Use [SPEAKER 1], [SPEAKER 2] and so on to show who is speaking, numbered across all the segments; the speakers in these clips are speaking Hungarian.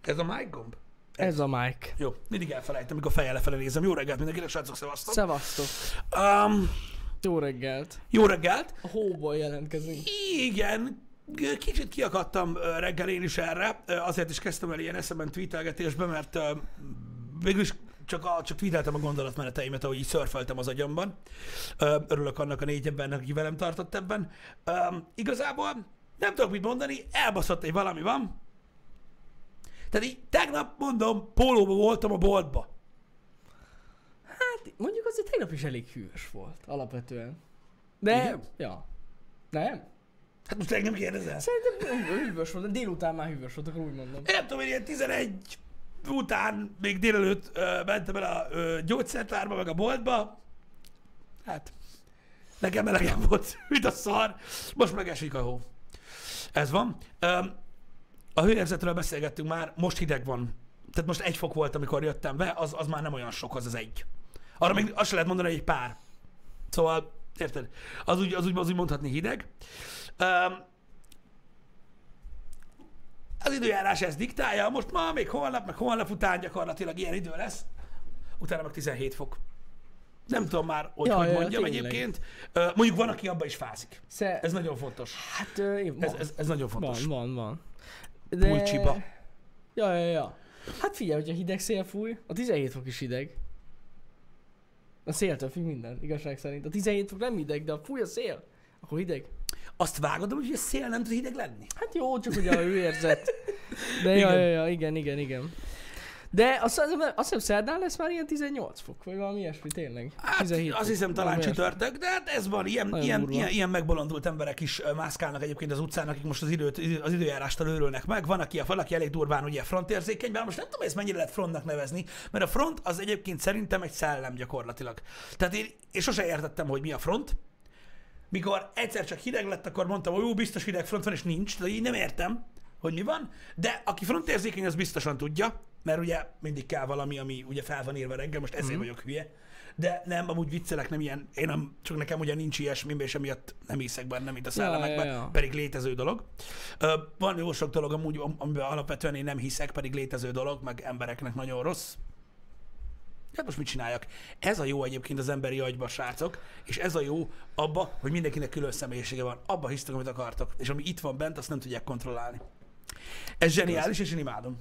[SPEAKER 1] Ez a mic gomb?
[SPEAKER 2] Ez a Mike.
[SPEAKER 1] Jó, mindig elfelejtem, mikor fejjel lefele nézem. Jó reggelt mindenkinek, srácok, szevasztok.
[SPEAKER 2] Szevasztok.
[SPEAKER 1] Um,
[SPEAKER 2] Jó reggelt.
[SPEAKER 1] jó reggelt.
[SPEAKER 2] A hóból jelentkezünk.
[SPEAKER 1] Igen, g- kicsit kiakadtam ö, reggel én is erre, Ö, azért is kezdtem el ilyen eszemben tweetelgetésbe, mert ö, végülis csak, a, csak tweeteltem a gondolatmeneteimet, ahogy így szörfeltem az agyamban. Ö, Örülök annak a négy embernek, aki velem tartott ebben. Ö, Igazából nem tudok mit mondani, elbaszott, hogy valami van. Tehát így tegnap, mondom, pólóba voltam a boltba.
[SPEAKER 2] Hát mondjuk azért tegnap is elég hűvös volt, alapvetően. De,
[SPEAKER 1] Igen?
[SPEAKER 2] ja. Nem?
[SPEAKER 1] Hát most engem kérdezel?
[SPEAKER 2] Szerintem hűvös volt, de délután már hűvös volt, akkor úgy mondom.
[SPEAKER 1] Én nem tudom, én ilyen 11 után, még délelőtt ö, mentem el a ö, gyógyszertárba, meg a boltba. Hát, nekem elegem volt, mint a szar. Most megesik a hó. Ez van. Ö, a hőérzetről beszélgettünk már, most hideg van. Tehát most egy fok volt, amikor jöttem be, az, az már nem olyan sok, az az egy. Arra még azt se lehet mondani, hogy egy pár. Szóval, érted? Az úgy, az úgy, az úgy mondhatni hideg. Öm, az időjárás ezt diktálja, most ma, még holnap, meg holnap után gyakorlatilag ilyen idő lesz, utána meg 17 fok. Nem tudom már, hogy,
[SPEAKER 2] Ja,
[SPEAKER 1] ja, hogy
[SPEAKER 2] ja,
[SPEAKER 1] mondjam ja,
[SPEAKER 2] tényleg.
[SPEAKER 1] egyébként. Ö, Mondjuk van, aki abba is fázik.
[SPEAKER 2] Sze-
[SPEAKER 1] Ez nagyon fontos.
[SPEAKER 2] hát, ö, én-
[SPEAKER 1] Ez,
[SPEAKER 2] van,
[SPEAKER 1] ez, ez nagyon
[SPEAKER 2] van,
[SPEAKER 1] fontos.
[SPEAKER 2] van, van. De...
[SPEAKER 1] Pulcsiba.
[SPEAKER 2] Ja, ja, ja. Hát figyelj, hogyha hideg szél fúj, a 17 fok is hideg. A széltől függ minden, igazság szerint. A 17 fok nem hideg, de ha fúj a szél, akkor hideg.
[SPEAKER 1] Azt vágod, hogy a szél nem tud hideg lenni?
[SPEAKER 2] Hát jó, csak ugye a hőérzet. De ja,
[SPEAKER 1] Igen.
[SPEAKER 2] ja, ja, igen, igen, igen. De azt, azt hiszem- azt hiszem szerdán lesz már ilyen 18 fok, vagy valami ilyesmi tényleg.
[SPEAKER 1] Hát azt
[SPEAKER 2] fok,
[SPEAKER 1] hiszem talán
[SPEAKER 2] valami ilyesmi.
[SPEAKER 1] csütörtök, de hát ez van, ilyen,
[SPEAKER 2] Nagyon
[SPEAKER 1] ilyen,
[SPEAKER 2] durva.
[SPEAKER 1] ilyen, ilyen megbolondult emberek is ö, mászkálnak egyébként az utcán, akik most az, időt, az időjárástól őrülnek meg. Van, aki, van, aki elég durván ugye frontérzékeny, bár most nem tudom, ezt mennyire lehet frontnak nevezni, mert a front az egyébként szerintem egy szellem gyakorlatilag. Tehát én, én sose értettem, hogy mi a front, mikor egyszer csak hideg lett, akkor mondtam, hogy jó, biztos hideg front van, és nincs, de így nem értem, hogy mi van, de aki frontérzékeny, az biztosan tudja, mert ugye mindig kell valami, ami ugye fel van írva reggel, most
[SPEAKER 2] Mhm.
[SPEAKER 1] ezért vagyok hülye, de nem, amúgy viccelek, nem ilyen, én nem, csak nekem ugye nincs ilyesmi, és emiatt nem hiszek benne, mint a szellemekben,
[SPEAKER 2] ja, ja.
[SPEAKER 1] pedig létező dolog. Ö, van jó sok dolog amúgy, am- amiben alapvetően én nem hiszek, pedig létező dolog, meg embereknek nagyon rossz, Hát most mit csináljak? Ez a jó egyébként az emberi agyba, srácok, és ez a jó abba, hogy mindenkinek külön személyisége van. Abba hisztek, amit akartok, és ami itt van bent, azt nem tudják kontrollálni. Ez zseniális, és én imádom.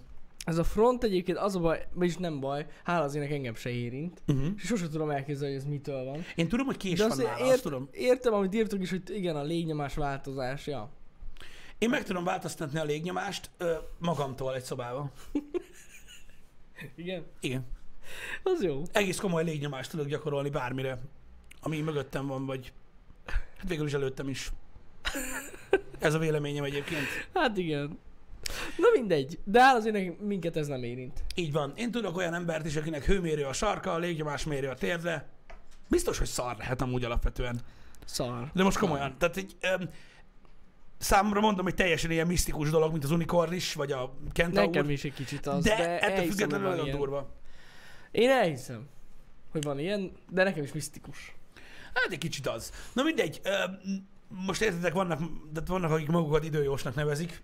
[SPEAKER 2] Ez a front egyébként az a baj, vagyis nem baj, hála az ének engem se érint.
[SPEAKER 1] Mhm.
[SPEAKER 2] És sose tudom elképzelni, hogy ez mitől van.
[SPEAKER 1] Én tudom, hogy ki is
[SPEAKER 2] De
[SPEAKER 1] van
[SPEAKER 2] azt
[SPEAKER 1] nála,
[SPEAKER 2] ért,
[SPEAKER 1] azt tudom.
[SPEAKER 2] értem, amit írtok is, hogy igen, a légnyomás változás, ja.
[SPEAKER 1] Én meg tudom változtatni a légnyomást ö, magamtól egy szobában.
[SPEAKER 2] Igen?
[SPEAKER 1] Igen.
[SPEAKER 2] Az jó.
[SPEAKER 1] Egész komoly légnyomást tudok gyakorolni bármire, ami mögöttem van, vagy hát végül is előttem is. Ez a véleményem egyébként.
[SPEAKER 2] Hát igen. Na mindegy, de hála az ének minket ez nem érint.
[SPEAKER 1] Így van. Én tudok olyan embert is, akinek hőmérő a sarka, a légnyomás mérő a térde. Biztos, hogy szar lehet amúgy alapvetően.
[SPEAKER 2] Szar.
[SPEAKER 1] De most komolyan. Tehát egy, öm, számomra mondom, hogy teljesen ilyen misztikus dolog, mint az unikorn is, vagy a kentaur.
[SPEAKER 2] Nekem is egy kicsit az,
[SPEAKER 1] de,
[SPEAKER 2] de,
[SPEAKER 1] de ettől
[SPEAKER 2] elhiszem,
[SPEAKER 1] függetlenül
[SPEAKER 2] hogy van
[SPEAKER 1] nagyon
[SPEAKER 2] ilyen.
[SPEAKER 1] durva.
[SPEAKER 2] Én elhiszem, hogy van ilyen, de nekem is misztikus.
[SPEAKER 1] Hát egy kicsit az. Na mindegy, öm, most értetek, vannak, de vannak, akik magukat időjósnak nevezik.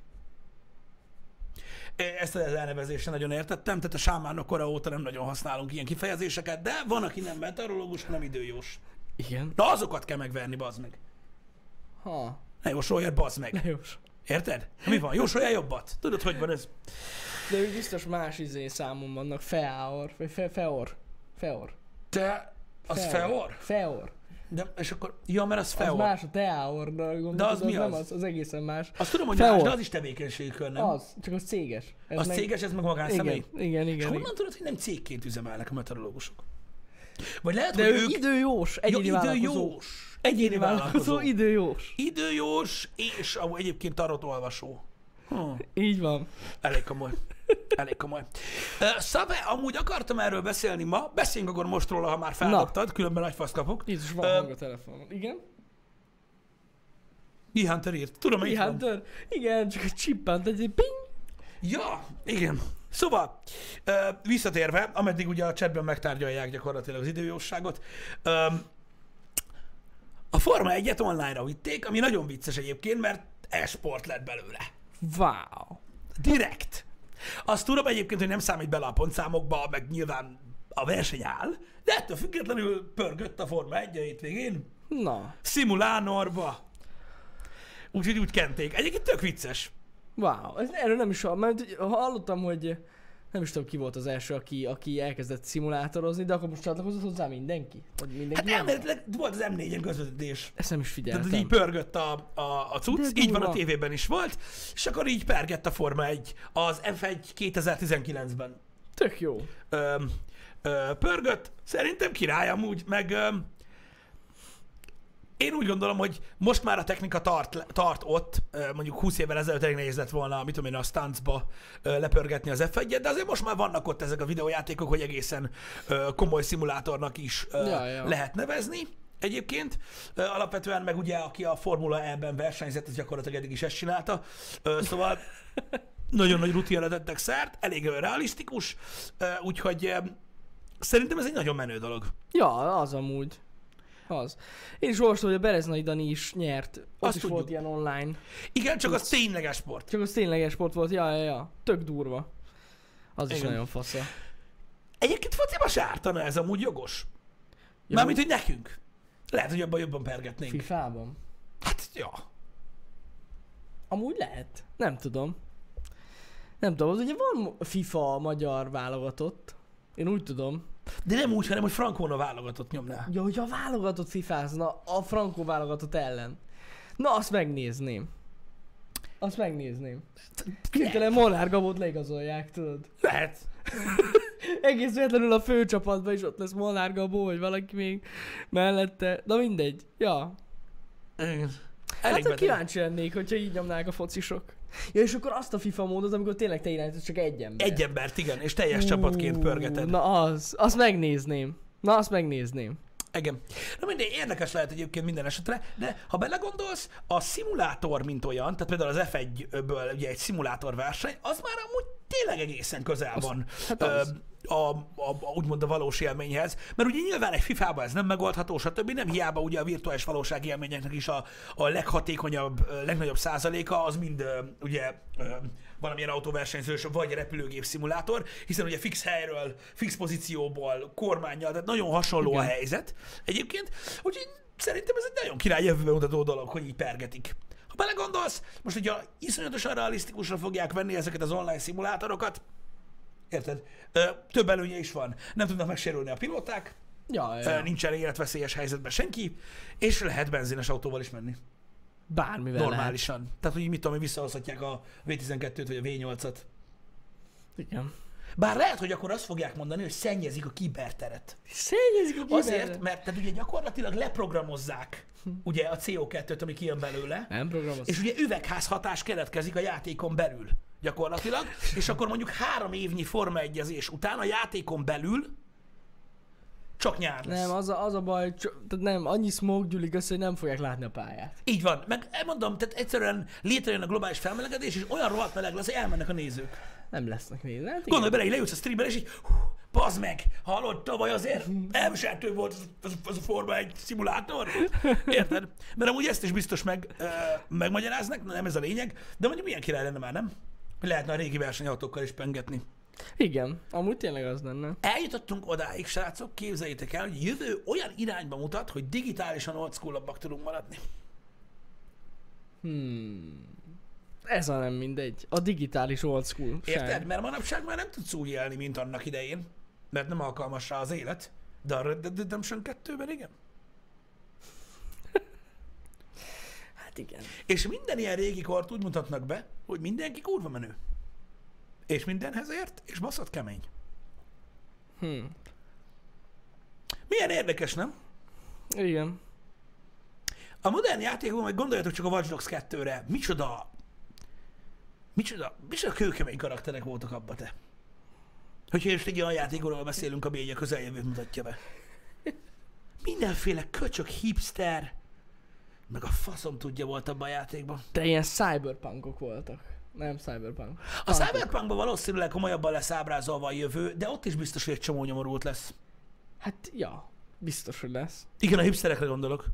[SPEAKER 1] Ezt az elnevezésre nagyon értettem, tehát a sámánok kora óta nem nagyon használunk ilyen kifejezéseket, de van, aki nem meteorológus, hanem időjós.
[SPEAKER 2] Igen.
[SPEAKER 1] Na azokat kell megverni, bazd meg.
[SPEAKER 2] Ha,
[SPEAKER 1] Ne jósolja, bazd meg.
[SPEAKER 2] de jós.
[SPEAKER 1] Érted? Mi van? Jósolja jobbat? Tudod, hogy van ez?
[SPEAKER 2] De ők biztos más izé számon vannak, feaor, vagy fe, feor. Feor.
[SPEAKER 1] Te, az feor?
[SPEAKER 2] Feor.
[SPEAKER 1] De, és akkor, ja, mert az
[SPEAKER 2] Az
[SPEAKER 1] feor. Más...
[SPEAKER 2] más a teaor, de, gondolom,
[SPEAKER 1] De az mi
[SPEAKER 2] nem
[SPEAKER 1] az?
[SPEAKER 2] az? Az egészen más.
[SPEAKER 1] Azt tudom, hogy
[SPEAKER 2] Feor.
[SPEAKER 1] más, de az is tevékenységkör, nem? Az,
[SPEAKER 2] Az, csak az céges. Ez
[SPEAKER 1] az céges, ez meg magánszemély.
[SPEAKER 2] Igen,
[SPEAKER 1] Igen.
[SPEAKER 2] igen,
[SPEAKER 1] És
[SPEAKER 2] igen. igen.
[SPEAKER 1] honnan tudod, hogy nem cégként üzemelnek a meteorológusok? Vagy lehet,
[SPEAKER 2] De
[SPEAKER 1] hogy
[SPEAKER 2] ő
[SPEAKER 1] ők...
[SPEAKER 2] időjós,
[SPEAKER 1] Jó,
[SPEAKER 2] egyéni vállalkozó.
[SPEAKER 1] időjós. Egyéni vállalkozó.
[SPEAKER 2] vállalkozó, időjós.
[SPEAKER 1] Időjós és ahol egyébként tarot olvasó. Hm.
[SPEAKER 2] Így van.
[SPEAKER 1] Elég komoly. Elég komoly. Ö, Szabe, amúgy akartam erről beszélni ma, beszéljünk akkor most róla, ha már feldobtad, különben nagy fasz kapok.
[SPEAKER 2] Jézus, van
[SPEAKER 1] Ö,
[SPEAKER 2] hang a telefonon. Igen?
[SPEAKER 1] Mi Hunter írt? Tudom, hogy itt van.
[SPEAKER 2] Igen, tör. Igen, csak egy csippant, egy ping.
[SPEAKER 1] Ja, igen. Szóval, ö, visszatérve, ameddig ugye a chatben megtárgyalják gyakorlatilag az időjósságot, ö, a Forma 1-et online-ra vitték, ami nagyon vicces egyébként, mert e-sport lett belőle.
[SPEAKER 2] Wow.
[SPEAKER 1] Direkt. Azt tudom egyébként, hogy nem számít bele a pontszámokba, meg nyilván a verseny áll, de ettől függetlenül pörgött a Forma 1 a hétvégén.
[SPEAKER 2] Na,
[SPEAKER 1] Szimulánorba. Úgyhogy úgy kenték. Egyébként tök vicces.
[SPEAKER 2] wow. Ez, erről nem is hall- mert ugye hallottam, hogy eh, nem is tudom ki volt az első, aki, aki elkezdett szimulátorozni, de akkor most csatlakozott hozzá mindenki? Vagy
[SPEAKER 1] Hát
[SPEAKER 2] mindenki nem?
[SPEAKER 1] elméletileg volt az M4-en közvetítés.
[SPEAKER 2] Ezt nem is
[SPEAKER 1] Tehát
[SPEAKER 2] figyeltem.
[SPEAKER 1] az így pörgött a, a, a cucc,
[SPEAKER 2] De ez
[SPEAKER 1] így van a
[SPEAKER 2] durva.
[SPEAKER 1] tévében is volt, és akkor így pergett a Forma 1 az F1 2019-ben.
[SPEAKER 2] Tök jó.
[SPEAKER 1] ö, ö, pörgött. Szerintem király amúgy, meg ö, én úgy gondolom, hogy most már a technika tart, le- tart ott, ö, mondjuk 20 évvel ezelőtt elég nehéz lett volna, mit tudom én, a stancba ö, lepörgetni az f de azért most már vannak ott ezek a videójátékok, hogy egészen ö, komoly szimulátornak is ö,
[SPEAKER 2] Ja, ja.
[SPEAKER 1] lehet nevezni. Egyébként ö, alapvetően meg ugye, aki a Formula E-ben versenyzett, az gyakorlatilag eddig is ezt csinálta. Ö, Szóval nagyon nagy rutinra tettek szert, elég realisztikus, ö, úgyhogy ö, szerintem ez egy nagyon menő dolog.
[SPEAKER 2] Ja, az amúgy. Az. Én is olvastam, hogy a Bereznai Dani is nyert. Ott
[SPEAKER 1] Azt
[SPEAKER 2] Azt is
[SPEAKER 1] tudjuk.
[SPEAKER 2] volt ilyen online.
[SPEAKER 1] Igen, csak az tényleges sport.
[SPEAKER 2] Csak az tényleges sport volt. Ja, ja, ja. Tök durva. Az is
[SPEAKER 1] Igen.
[SPEAKER 2] nagyon fasza.
[SPEAKER 1] Egyébként fociba se ártana ez amúgy jogos.
[SPEAKER 2] Ja,
[SPEAKER 1] Mármint, hogy nekünk. Lehet, hogy abban jobban pergetnénk.
[SPEAKER 2] FIFA-ban.
[SPEAKER 1] Hát, ja.
[SPEAKER 2] Amúgy lehet. Nem tudom. Nem tudom, az ugye van FIFA magyar válogatott. Én úgy tudom.
[SPEAKER 1] De nem úgy, hanem, hogy Frankona válogatott nyomná.
[SPEAKER 2] Ja, hogy a válogatott fifázna a frankó válogatott ellen. Na, azt megnézném. Azt megnézném. Hirtelen Molnár Gabót leigazolják, tudod.
[SPEAKER 1] Lehet.
[SPEAKER 2] Egész véletlenül a főcsapatban is ott lesz Molnár Gabó, vagy valaki még mellette. Na mindegy. Ja,
[SPEAKER 1] Igen.
[SPEAKER 2] Hát
[SPEAKER 1] Elég
[SPEAKER 2] hogy
[SPEAKER 1] hát,
[SPEAKER 2] kíváncsi lennék, hogyha így nyomnák a focisok. Ja, és akkor azt a FIFA módot, amikor tényleg te irányítod csak egy ember.
[SPEAKER 1] Egy embert, igen, és teljes csapatként pörgeted.
[SPEAKER 2] Na az, azt megnézném. Na azt megnézném.
[SPEAKER 1] Igen. Na mindegy, érdekes lehet egyébként minden esetre, de ha belegondolsz, a szimulátor, mint olyan, tehát például az F1-ből ugye egy szimulátor verseny, az már amúgy tényleg egészen közel van
[SPEAKER 2] hát
[SPEAKER 1] ö,
[SPEAKER 2] az.
[SPEAKER 1] a, a, a, úgymond a valós élményhez, mert ugye nyilván egy FIFA-ban ez nem megoldható, stb. Nem hiába ugye a virtuális valóság élményeknek is a, a leghatékonyabb, ö, legnagyobb százaléka, az mind ö, ugye ö, valamilyen autóversenyzős vagy repülőgép szimulátor, hiszen ugye fix helyről, fix pozícióból, kormányjal, tehát nagyon hasonló Igen. a
[SPEAKER 2] Igen.
[SPEAKER 1] helyzet egyébként, úgyhogy szerintem ez egy nagyon király jövőbe mutató dolog, hogy így pergetik. Ha belegondolsz, most ugye iszonyatosan realisztikusra fogják venni ezeket az online szimulátorokat, Érted? Ö, több előnye is van. Nem tudnak megsérülni a pilóták,
[SPEAKER 2] Ja, ja,
[SPEAKER 1] ö,
[SPEAKER 2] ja.
[SPEAKER 1] nincsen életveszélyes helyzetben senki, és lehet benzines autóval is menni.
[SPEAKER 2] Bármivel Normális.
[SPEAKER 1] Normálisan. Tehát, hogy mit tudom, hogy visszahozhatják a V12-t vagy a V8-at.
[SPEAKER 2] Lehet. Igen.
[SPEAKER 1] Bár lehet, hogy akkor azt fogják mondani, hogy szennyezik a kiberteret.
[SPEAKER 2] Szennyezik a kiberre.
[SPEAKER 1] Azért, mert tehát ugye gyakorlatilag leprogramozzák ugye a CO2-t, ami kijön belőle,
[SPEAKER 2] Hm. Nem programoz.
[SPEAKER 1] és ugye üvegházhatás keletkezik a játékon belül gyakorlatilag, és akkor mondjuk három évnyi forma egyezés után a játékon belül csak nyár lesz.
[SPEAKER 2] Nem, az a, az a baj, csak, tehát nem, annyi smoke gyűlik össze, hogy nem fogják látni a pályát.
[SPEAKER 1] Így van, meg elmondom, tehát egyszerűen létrejön a globális felmelegedés, és olyan rohadt meleg lesz, hogy elmennek a nézők.
[SPEAKER 2] Nem lesznek még. Hát igen.
[SPEAKER 1] Gondolj bele, így leülsz a streamben, és így, hú, bazd meg, hallod, tavaly azért elviselhető volt az, az, az a forma egy szimulátor. Érted? Mert amúgy ezt is biztos meg, ö, megmagyaráznak, na nem ez a lényeg, de mondjuk milyen király lenne már, nem? Lehetne a régi versenyautókkal is pengetni.
[SPEAKER 2] igen, amúgy tényleg az lenne.
[SPEAKER 1] Eljutottunk odáig, srácok, képzeljétek el, hogy jövő olyan irányba mutat, hogy digitálisan old school-abbak tudunk maradni.
[SPEAKER 2] Hmm. Ez a nem mindegy. A digitális old school. sem.
[SPEAKER 1] Érted? Mert manapság már nem tudsz úgy élni, mint annak idején, mert nem alkalmas rá az élet. De a Red Dead Redemption 2-ben igen.
[SPEAKER 2] Hát igen.
[SPEAKER 1] És minden ilyen régi kort úgy mutatnak be, hogy mindenki kurva menő. És mindenhez ért, és baszott kemény.
[SPEAKER 2] Hmm.
[SPEAKER 1] Milyen érdekes, nem?
[SPEAKER 2] Igen.
[SPEAKER 1] A modern játékokban, meg gondoljatok csak a Watch Dogs 2-re, micsoda, micsoda, micsoda kőkemény karakterek voltak abba te. Hogyha most egy olyan játékról beszélünk, ami egy a közeljövőt mutatja be. Mindenféle köcsök, hipster, meg a faszom tudja volt abban a játékban.
[SPEAKER 2] De ilyen cyberpunkok voltak. Nem cyberpunk.
[SPEAKER 1] A Cyberpunkban valószínűleg komolyabban lesz ábrázolva a jövő, de ott is biztos, hogy egy csomó nyomorult lesz.
[SPEAKER 2] Hát, ja. Biztos, hogy lesz.
[SPEAKER 1] Igen, a hipsterekre gondolok.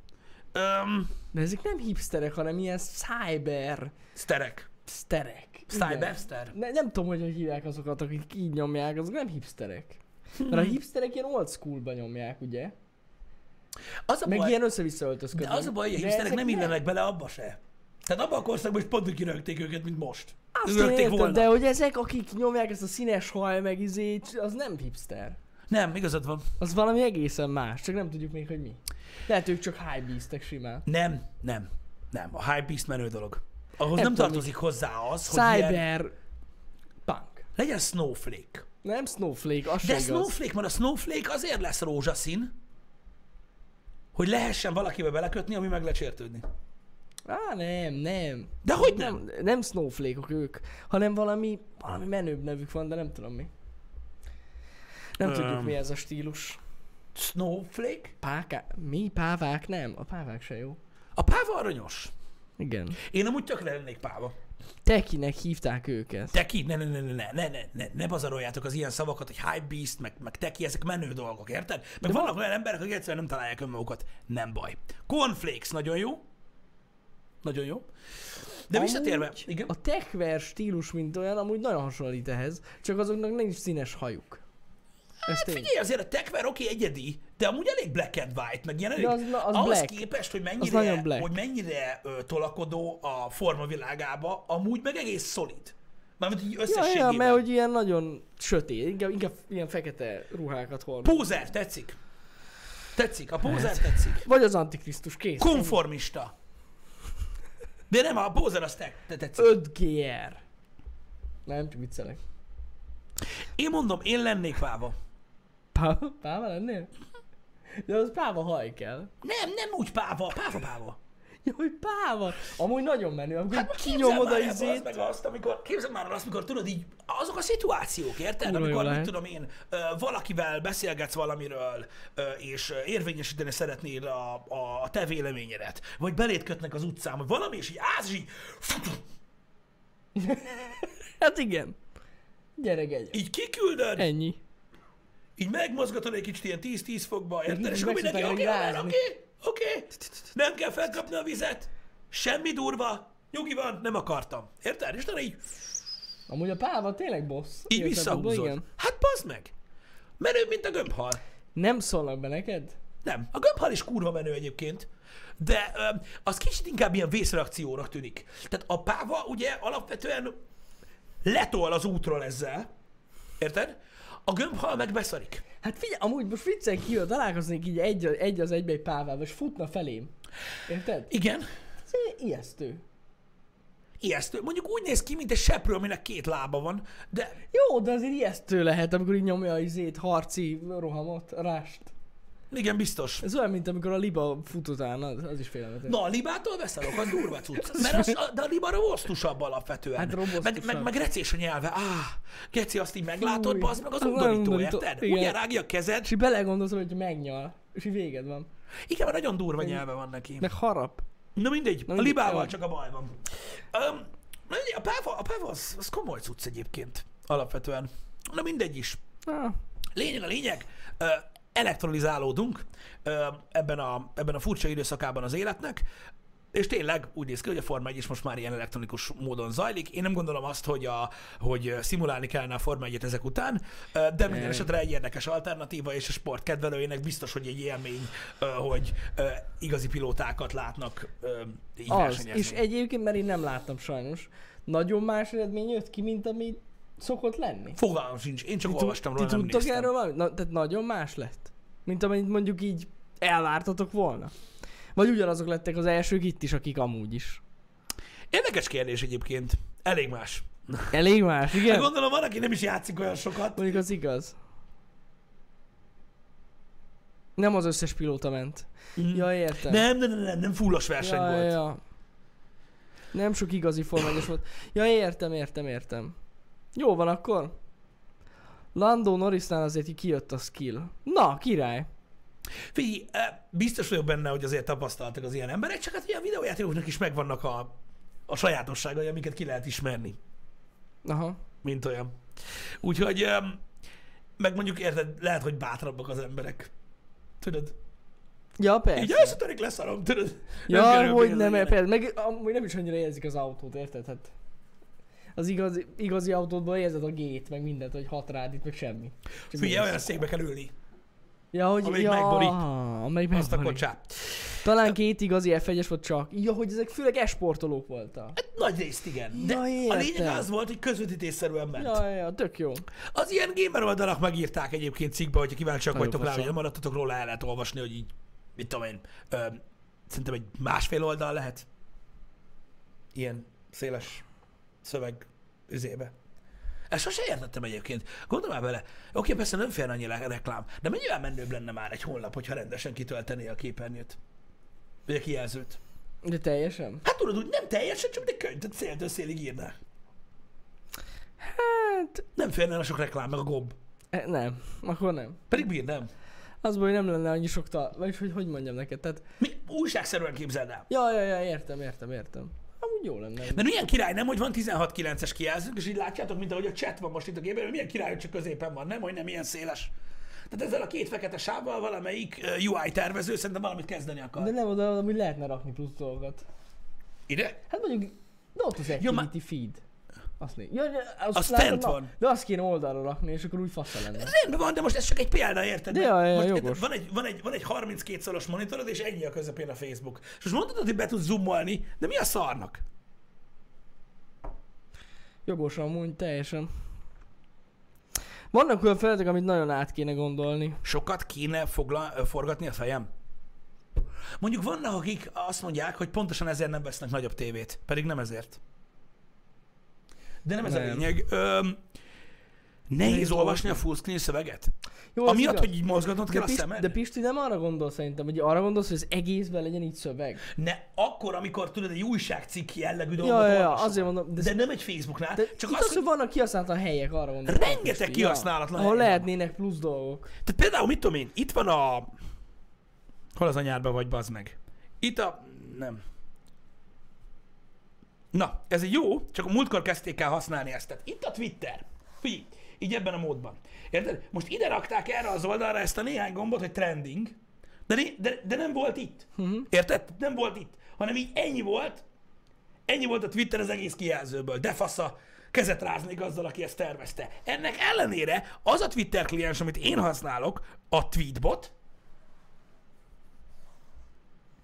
[SPEAKER 1] Öm,
[SPEAKER 2] De ezek nem hipsterek, hanem ilyen cyber
[SPEAKER 1] szterek.
[SPEAKER 2] szterek.
[SPEAKER 1] Style
[SPEAKER 2] Igen.
[SPEAKER 1] Webster.
[SPEAKER 2] Ne, nem tudom, hogy hogy hívják azokat, akik így nyomják, azok nem hipsterek. Mert a
[SPEAKER 1] Hmm.
[SPEAKER 2] hipsterek ilyen old schoolba nyomják, ugye?
[SPEAKER 1] Az a
[SPEAKER 2] Meg
[SPEAKER 1] baj,
[SPEAKER 2] ilyen össze-vissza
[SPEAKER 1] de
[SPEAKER 2] öltözködnek.
[SPEAKER 1] az a baj, hogy a
[SPEAKER 2] De
[SPEAKER 1] hipsterek
[SPEAKER 2] ezek
[SPEAKER 1] nem illenek bele abba se. Tehát abban a korszakban is pont úgy kirögték őket, mint most.
[SPEAKER 2] Azt én
[SPEAKER 1] Rögték
[SPEAKER 2] értem,
[SPEAKER 1] volna.
[SPEAKER 2] de hogy ezek, akik nyomják ezt a színes haj, meg izé, az nem hipster.
[SPEAKER 1] Nem, igazad van.
[SPEAKER 2] Az valami egészen más, csak nem tudjuk még, hogy mi. Lehet ők csak high beastek simán.
[SPEAKER 1] Nem, nem, nem. A hype beast menő dolog. Ahhoz nem,
[SPEAKER 2] Nem
[SPEAKER 1] nem
[SPEAKER 2] tudom,
[SPEAKER 1] tartozik hozzá az, hogy ilyen,
[SPEAKER 2] Cyber... Punk.
[SPEAKER 1] legyen snowflake.
[SPEAKER 2] Nem Snowflake, az
[SPEAKER 1] De
[SPEAKER 2] sem igaz.
[SPEAKER 1] Snowflake, mert a Snowflake azért lesz rózsaszín, hogy lehessen valakibe belekötni, ami meg lecsértődni.
[SPEAKER 2] Á, nem, nem.
[SPEAKER 1] De hogy nem?
[SPEAKER 2] Nem, nem snowflake ők, hanem valami, valami menőbb nevük van, de nem tudom mi. Nem
[SPEAKER 1] Öm.
[SPEAKER 2] tudjuk mi ez a stílus.
[SPEAKER 1] Snowflake?
[SPEAKER 2] Páká... Mi? Pávák? Nem. A pávák se jó.
[SPEAKER 1] A páva aranyos.
[SPEAKER 2] Igen.
[SPEAKER 1] Én amúgy tökre lennék páva.
[SPEAKER 2] Tekinek hívták őket.
[SPEAKER 1] Teki, ne, ne, ne, ne, ne, ne, ne, ne, ne bazaroljátok az ilyen szavakat, hogy hype beast, meg, meg teki, ezek menő dolgok, érted? Meg De vannak olyan emberek, akik egyszerűen nem találják önmagukat. Nem baj. Cornflakes nagyon jó. Nagyon jó. De visszatérve,
[SPEAKER 2] Amúgy
[SPEAKER 1] igen.
[SPEAKER 2] A techver stílus, mint olyan, amúgy nagyon hasonlít ehhez, csak azoknak nincs színes hajuk. Ez
[SPEAKER 1] Hát
[SPEAKER 2] tény.
[SPEAKER 1] figyelj, azért a tekver oké egyedi, de amúgy elég black and white, meg ilyen elég,
[SPEAKER 2] az- az
[SPEAKER 1] ahhoz
[SPEAKER 2] black.
[SPEAKER 1] képest, hogy
[SPEAKER 2] nagyon
[SPEAKER 1] mennyire,
[SPEAKER 2] black.
[SPEAKER 1] hogy mennyire ö, tolakodó a forma világába, amúgy meg egész szolid. Mármint így
[SPEAKER 2] Ja, ja,
[SPEAKER 1] összességében.
[SPEAKER 2] mert hogy ilyen nagyon sötét, inkább, inkább ilyen fekete ruhákat hord.
[SPEAKER 1] Pózer tetszik. Tetszik, a
[SPEAKER 2] Hát.
[SPEAKER 1] pózer tetszik.
[SPEAKER 2] Vagy az Antikrisztus, kész.
[SPEAKER 1] Konformista. De nem, a pózer azt te, te tetszik.
[SPEAKER 2] 5GR. Nem, csak viccelek.
[SPEAKER 1] Én mondom, én lennék váva.
[SPEAKER 2] Páva, páva lennél? De az páva haj kell.
[SPEAKER 1] Nem, nem úgy páva, páva, páva.
[SPEAKER 2] Jó, hogy páva. Amúgy nagyon menő, amikor hát
[SPEAKER 1] Képzeld
[SPEAKER 2] kinyomod a
[SPEAKER 1] már el, bazd
[SPEAKER 2] izét.
[SPEAKER 1] meg azt, amikor, képzeld már el azt, amikor tudod így, azok a szituációk, érted?
[SPEAKER 2] Kurva jó
[SPEAKER 1] amikor, mit
[SPEAKER 2] lehet.
[SPEAKER 1] tudom én, ö, valakivel beszélgetsz valamiről, ö, és ö, érvényesíteni szeretnél a, a, a te véleményedet, vagy beléd kötnek az utcán, vagy valami, és így állsz, és így,
[SPEAKER 2] Hát igen. Gyere, gyere.
[SPEAKER 1] így kiküldöd,
[SPEAKER 2] Ennyi.
[SPEAKER 1] így megmozgatod egy kicsit ilyen 10-10 fokba, érted?
[SPEAKER 2] így
[SPEAKER 1] És akkor
[SPEAKER 2] meg
[SPEAKER 1] mindenki,
[SPEAKER 2] szokták
[SPEAKER 1] oké, oké,
[SPEAKER 2] rázni.
[SPEAKER 1] oké, oké, nem kell felkapni a vizet, semmi durva, nyugi van, nem akartam. Érted? És utána így,
[SPEAKER 2] Amúgy a páva tényleg boss.
[SPEAKER 1] így
[SPEAKER 2] Ilyen szempontból,
[SPEAKER 1] visszahúzod.
[SPEAKER 2] igen.
[SPEAKER 1] Hát bazd meg! Menőbb, mint a gömbhal.
[SPEAKER 2] Nem szólnak be neked?
[SPEAKER 1] Nem. A gömbhal is kurva menő egyébként, de ö, az kicsit inkább ilyen vészreakciónak tűnik. Tehát a páva ugye alapvetően letol az útról ezzel, érted? A gömbhal meg beszarik.
[SPEAKER 2] Hát figyelj, amúgy most viccen kívül találkoznék így egy, egy az egybe egy pávával, és futna felém. Érted?
[SPEAKER 1] Igen,
[SPEAKER 2] Ez ijesztő.
[SPEAKER 1] ijesztő. Mondjuk úgy néz ki, mint egy seprő, aminek két lába van, de
[SPEAKER 2] Jó, de azért ijesztő lehet, amikor így nyomja az izét, harci rohamot, rást.
[SPEAKER 1] igen, biztos.
[SPEAKER 2] Ez olyan, mint amikor a liba fut utána, az, az is félelmetes.
[SPEAKER 1] Na, a libától veszek, az durva cucc. Mert az, a- de a liba robosztusabb alapvetően.
[SPEAKER 2] Hát
[SPEAKER 1] meg,
[SPEAKER 2] robosztusabb.
[SPEAKER 1] meg, meg recés a nyelve. Ah, geci, azt így meglátod,
[SPEAKER 2] Fúj.
[SPEAKER 1] bazd meg az
[SPEAKER 2] Az
[SPEAKER 1] undorító,
[SPEAKER 2] undorító,
[SPEAKER 1] érted?
[SPEAKER 2] igen.
[SPEAKER 1] Ugyan rágja a kezed.
[SPEAKER 2] És így belegondolsz, hogy megnyal, és így véged van.
[SPEAKER 1] Igen, mert nagyon durva nyelve van neki.
[SPEAKER 2] Meg harap.
[SPEAKER 1] Na mindegy, a
[SPEAKER 2] mindegy,
[SPEAKER 1] libával
[SPEAKER 2] jó.
[SPEAKER 1] csak a baj van. Um, a páva, a páva az, az komoly cucc egyébként, alapvetően. Na mindegy is.
[SPEAKER 2] Ah,
[SPEAKER 1] Lényeg a lényeg, ö, elektronizálódunk ö, ebben a, ebben a furcsa időszakában az életnek, és tényleg úgy néz ki, hogy a Forma 1 is most már ilyen elektronikus módon zajlik. Én nem gondolom azt, hogy, a, hogy szimulálni kellene a Forma 1 ezek után, ö, de minden
[SPEAKER 2] Nem.
[SPEAKER 1] esetre egy érdekes alternatíva, és a sport kedvelőjének biztos, hogy egy élmény, ö, hogy ö, igazi pilótákat látnak ö, így
[SPEAKER 2] az.
[SPEAKER 1] versenyezni.
[SPEAKER 2] És egyébként, mert én nem láttam sajnos, nagyon más eredmény jött ki, mint ami szokott lenni.
[SPEAKER 1] Fogalmam sincs, én csak olvastam
[SPEAKER 2] Ti
[SPEAKER 1] róla, nem
[SPEAKER 2] tudtok
[SPEAKER 1] néztem.
[SPEAKER 2] erről valamit? Na, tehát nagyon más lett. Mint amit mondjuk így elvártatok volna. Vagy ugyanazok lettek az elsők itt is, akik amúgy is.
[SPEAKER 1] Érdekes kérdés egyébként, elég más.
[SPEAKER 2] Elég más, igen?
[SPEAKER 1] Gondolom van, aki nem is játszik olyan sokat.
[SPEAKER 2] Mondjuk az igaz. Nem az összes pilóta ment.
[SPEAKER 1] Mm.
[SPEAKER 2] Ja, értem.
[SPEAKER 1] Nem, nem, nem, nem, nem fullos verseny
[SPEAKER 2] ja,
[SPEAKER 1] ja, volt. Ja.
[SPEAKER 2] Ja. Nem sok igazi formányos volt. Ja, értem, értem, értem. Jó van akkor. Landó Norrisnál azért így kijött a skill. Na, király.
[SPEAKER 1] Figyelj, eh, biztos vagyok benne, hogy azért tapasztaltak az ilyen emberek, csak hát ugye a videójátékoknak is megvannak a, a sajátosságai, amiket ki lehet ismerni,
[SPEAKER 2] Aha.
[SPEAKER 1] mint olyan. Úgyhogy, eh, meg mondjuk érted, lehet, hogy bátrabbak az emberek. Tudod?
[SPEAKER 2] Ja, persze.
[SPEAKER 1] Így összetörik leszarom, tudod?
[SPEAKER 2] Ja,
[SPEAKER 1] kerül
[SPEAKER 2] hogy
[SPEAKER 1] pénz,
[SPEAKER 2] nem,
[SPEAKER 1] ilyenek.
[SPEAKER 2] például, meg amúgy nem is annyira érzik az autót, érted? Hát az igazi, igazi autódban érzed a gét, meg mindent, hogy hat rád itt, meg semmi. Csak
[SPEAKER 1] Figyelj,
[SPEAKER 2] mész.
[SPEAKER 1] olyan székbe kell ülni.
[SPEAKER 2] Ja, hogy
[SPEAKER 1] amelyik
[SPEAKER 2] ja,
[SPEAKER 1] megborít.
[SPEAKER 2] Amelyik
[SPEAKER 1] Azt a
[SPEAKER 2] megborít.
[SPEAKER 1] kocsát.
[SPEAKER 2] Talán két igazi F1-es volt csak. Ja, hogy ezek főleg esportolók voltak.
[SPEAKER 1] Hát nagy részt igen. De
[SPEAKER 2] Ja,
[SPEAKER 1] a lényeg
[SPEAKER 2] értem.
[SPEAKER 1] az volt, hogy közvetítésszerűen ment.
[SPEAKER 2] Ja, ja, tök jó.
[SPEAKER 1] Az ilyen gamer oldalak megírták egyébként cikkbe, hogyha kíváncsiak
[SPEAKER 2] Nagyon
[SPEAKER 1] vagytok rá,
[SPEAKER 2] fasza.
[SPEAKER 1] hogy nem maradtatok róla, el lehet olvasni, hogy így, mit tudom én, ö, szerintem egy másfél oldal lehet. Ilyen széles szöveg üzébe. Ezt sose értettem egyébként. Gondolj már bele. Oké, persze nem fér annyi le- reklám, de mennyivel menőbb lenne már egy honlap, hogyha rendesen kitöltené a képernyőt? Vagy a kijelzőt?
[SPEAKER 2] De teljesen?
[SPEAKER 1] Hát tudod, úgy nem teljesen, csak de könyv, tehát széltől szélig írná.
[SPEAKER 2] Hát,
[SPEAKER 1] Nem férne a sok reklám, meg a gomb.
[SPEAKER 2] eh, nem. Akkor nem.
[SPEAKER 1] Pedig bírnám.
[SPEAKER 2] Az hogy nem lenne annyi sok tal... Vagyis, hogy hogy mondjam neked, tehát...
[SPEAKER 1] Mi újságszerűen képzeld el.
[SPEAKER 2] Ja, ja, ja, értem, értem, értem. Amúgy jó lenne.
[SPEAKER 1] Mert milyen király, nem, hogy van 16-9-es kijelzőnk, és így látjátok, mint ahogy a chat van most itt a gépben, milyen király, hogy csak középen van, nem, hogy nem ilyen széles. Tehát ezzel a két fekete sávval valamelyik ö, UI tervező szerintem valamit kezdeni akar.
[SPEAKER 2] De nem oda, amúgy lehetne rakni plusz dolgokat.
[SPEAKER 1] Ide?
[SPEAKER 2] Hát mondjuk Lotus Activity
[SPEAKER 1] má-
[SPEAKER 2] Feed. Azt né- ja, ja, azt
[SPEAKER 1] Az
[SPEAKER 2] látod,
[SPEAKER 1] fent
[SPEAKER 2] na,
[SPEAKER 1] van.
[SPEAKER 2] De azt kéne oldalra rakni, és akkor úgy fasza lenne.
[SPEAKER 1] Rendben van, de most ez csak egy példa, érted?
[SPEAKER 2] De
[SPEAKER 1] Mert
[SPEAKER 2] jaj, jaj,
[SPEAKER 1] most
[SPEAKER 2] jogos.
[SPEAKER 1] Van egy, van, egy, van egy 32 szoros monitorod, és ennyi a közepén a Facebook. És most mondhatod, hogy be tudsz zoomolni, de mi a szarnak?
[SPEAKER 2] Jogos amúgy, teljesen. Vannak olyan feladatok, amit nagyon át kéne gondolni.
[SPEAKER 1] sokat kéne fogla, ö, forgatni a fejem? Mondjuk vannak, akik azt mondják, hogy pontosan ezért nem vesznek nagyobb tévét, pedig nem ezért. De nem ez a
[SPEAKER 2] Nem.
[SPEAKER 1] lényeg. Öm, nehéz
[SPEAKER 2] Nehéz
[SPEAKER 1] olvasni a fullscreen szöveget?
[SPEAKER 2] Jó,
[SPEAKER 1] Az
[SPEAKER 2] az
[SPEAKER 1] Amiatt,
[SPEAKER 2] igaz.
[SPEAKER 1] hogy így mozgatnod kell
[SPEAKER 2] de,
[SPEAKER 1] a
[SPEAKER 2] Pist, de
[SPEAKER 1] szemed?
[SPEAKER 2] Pisti nem arra gondol szerintem, hogy arra gondolsz, hogy az egészben legyen így szöveg.
[SPEAKER 1] Ne, akkor, amikor tudod, egy újságcikk jellegű dolgot
[SPEAKER 2] Ja, ja, ja,
[SPEAKER 1] olvasol.
[SPEAKER 2] azért mondom, de,
[SPEAKER 1] de,
[SPEAKER 2] de,
[SPEAKER 1] nem egy Facebooknál,
[SPEAKER 2] de
[SPEAKER 1] csak az, hogy...
[SPEAKER 2] vannak kihasználatlan helyek, arra gondolok.
[SPEAKER 1] Rengeteg
[SPEAKER 2] Pisti,
[SPEAKER 1] kihasználatlan
[SPEAKER 2] ja,
[SPEAKER 1] hely
[SPEAKER 2] Ahol
[SPEAKER 1] van.
[SPEAKER 2] lehetnének plusz dolgok.
[SPEAKER 1] Tehát például, mit tudom én, itt van a... Hol az anyádba vagy, bazd meg? Itt a... Nem. Na, ez egy jó, csak a múltkor kezdték el használni ezt. Tehát itt a Twitter. Figyelj, így ebben a módban. Érted? Most ide rakták erre az oldalra ezt a néhány gombot, hogy trending, de, né- de, de nem volt itt. Érted? Nem volt itt. Hanem így ennyi volt, ennyi volt a Twitter az egész kijelzőből. De fasza, kezet ráznék azzal, aki ezt tervezte. Ennek ellenére az a Twitter kliens, amit én használok, a tweetbot,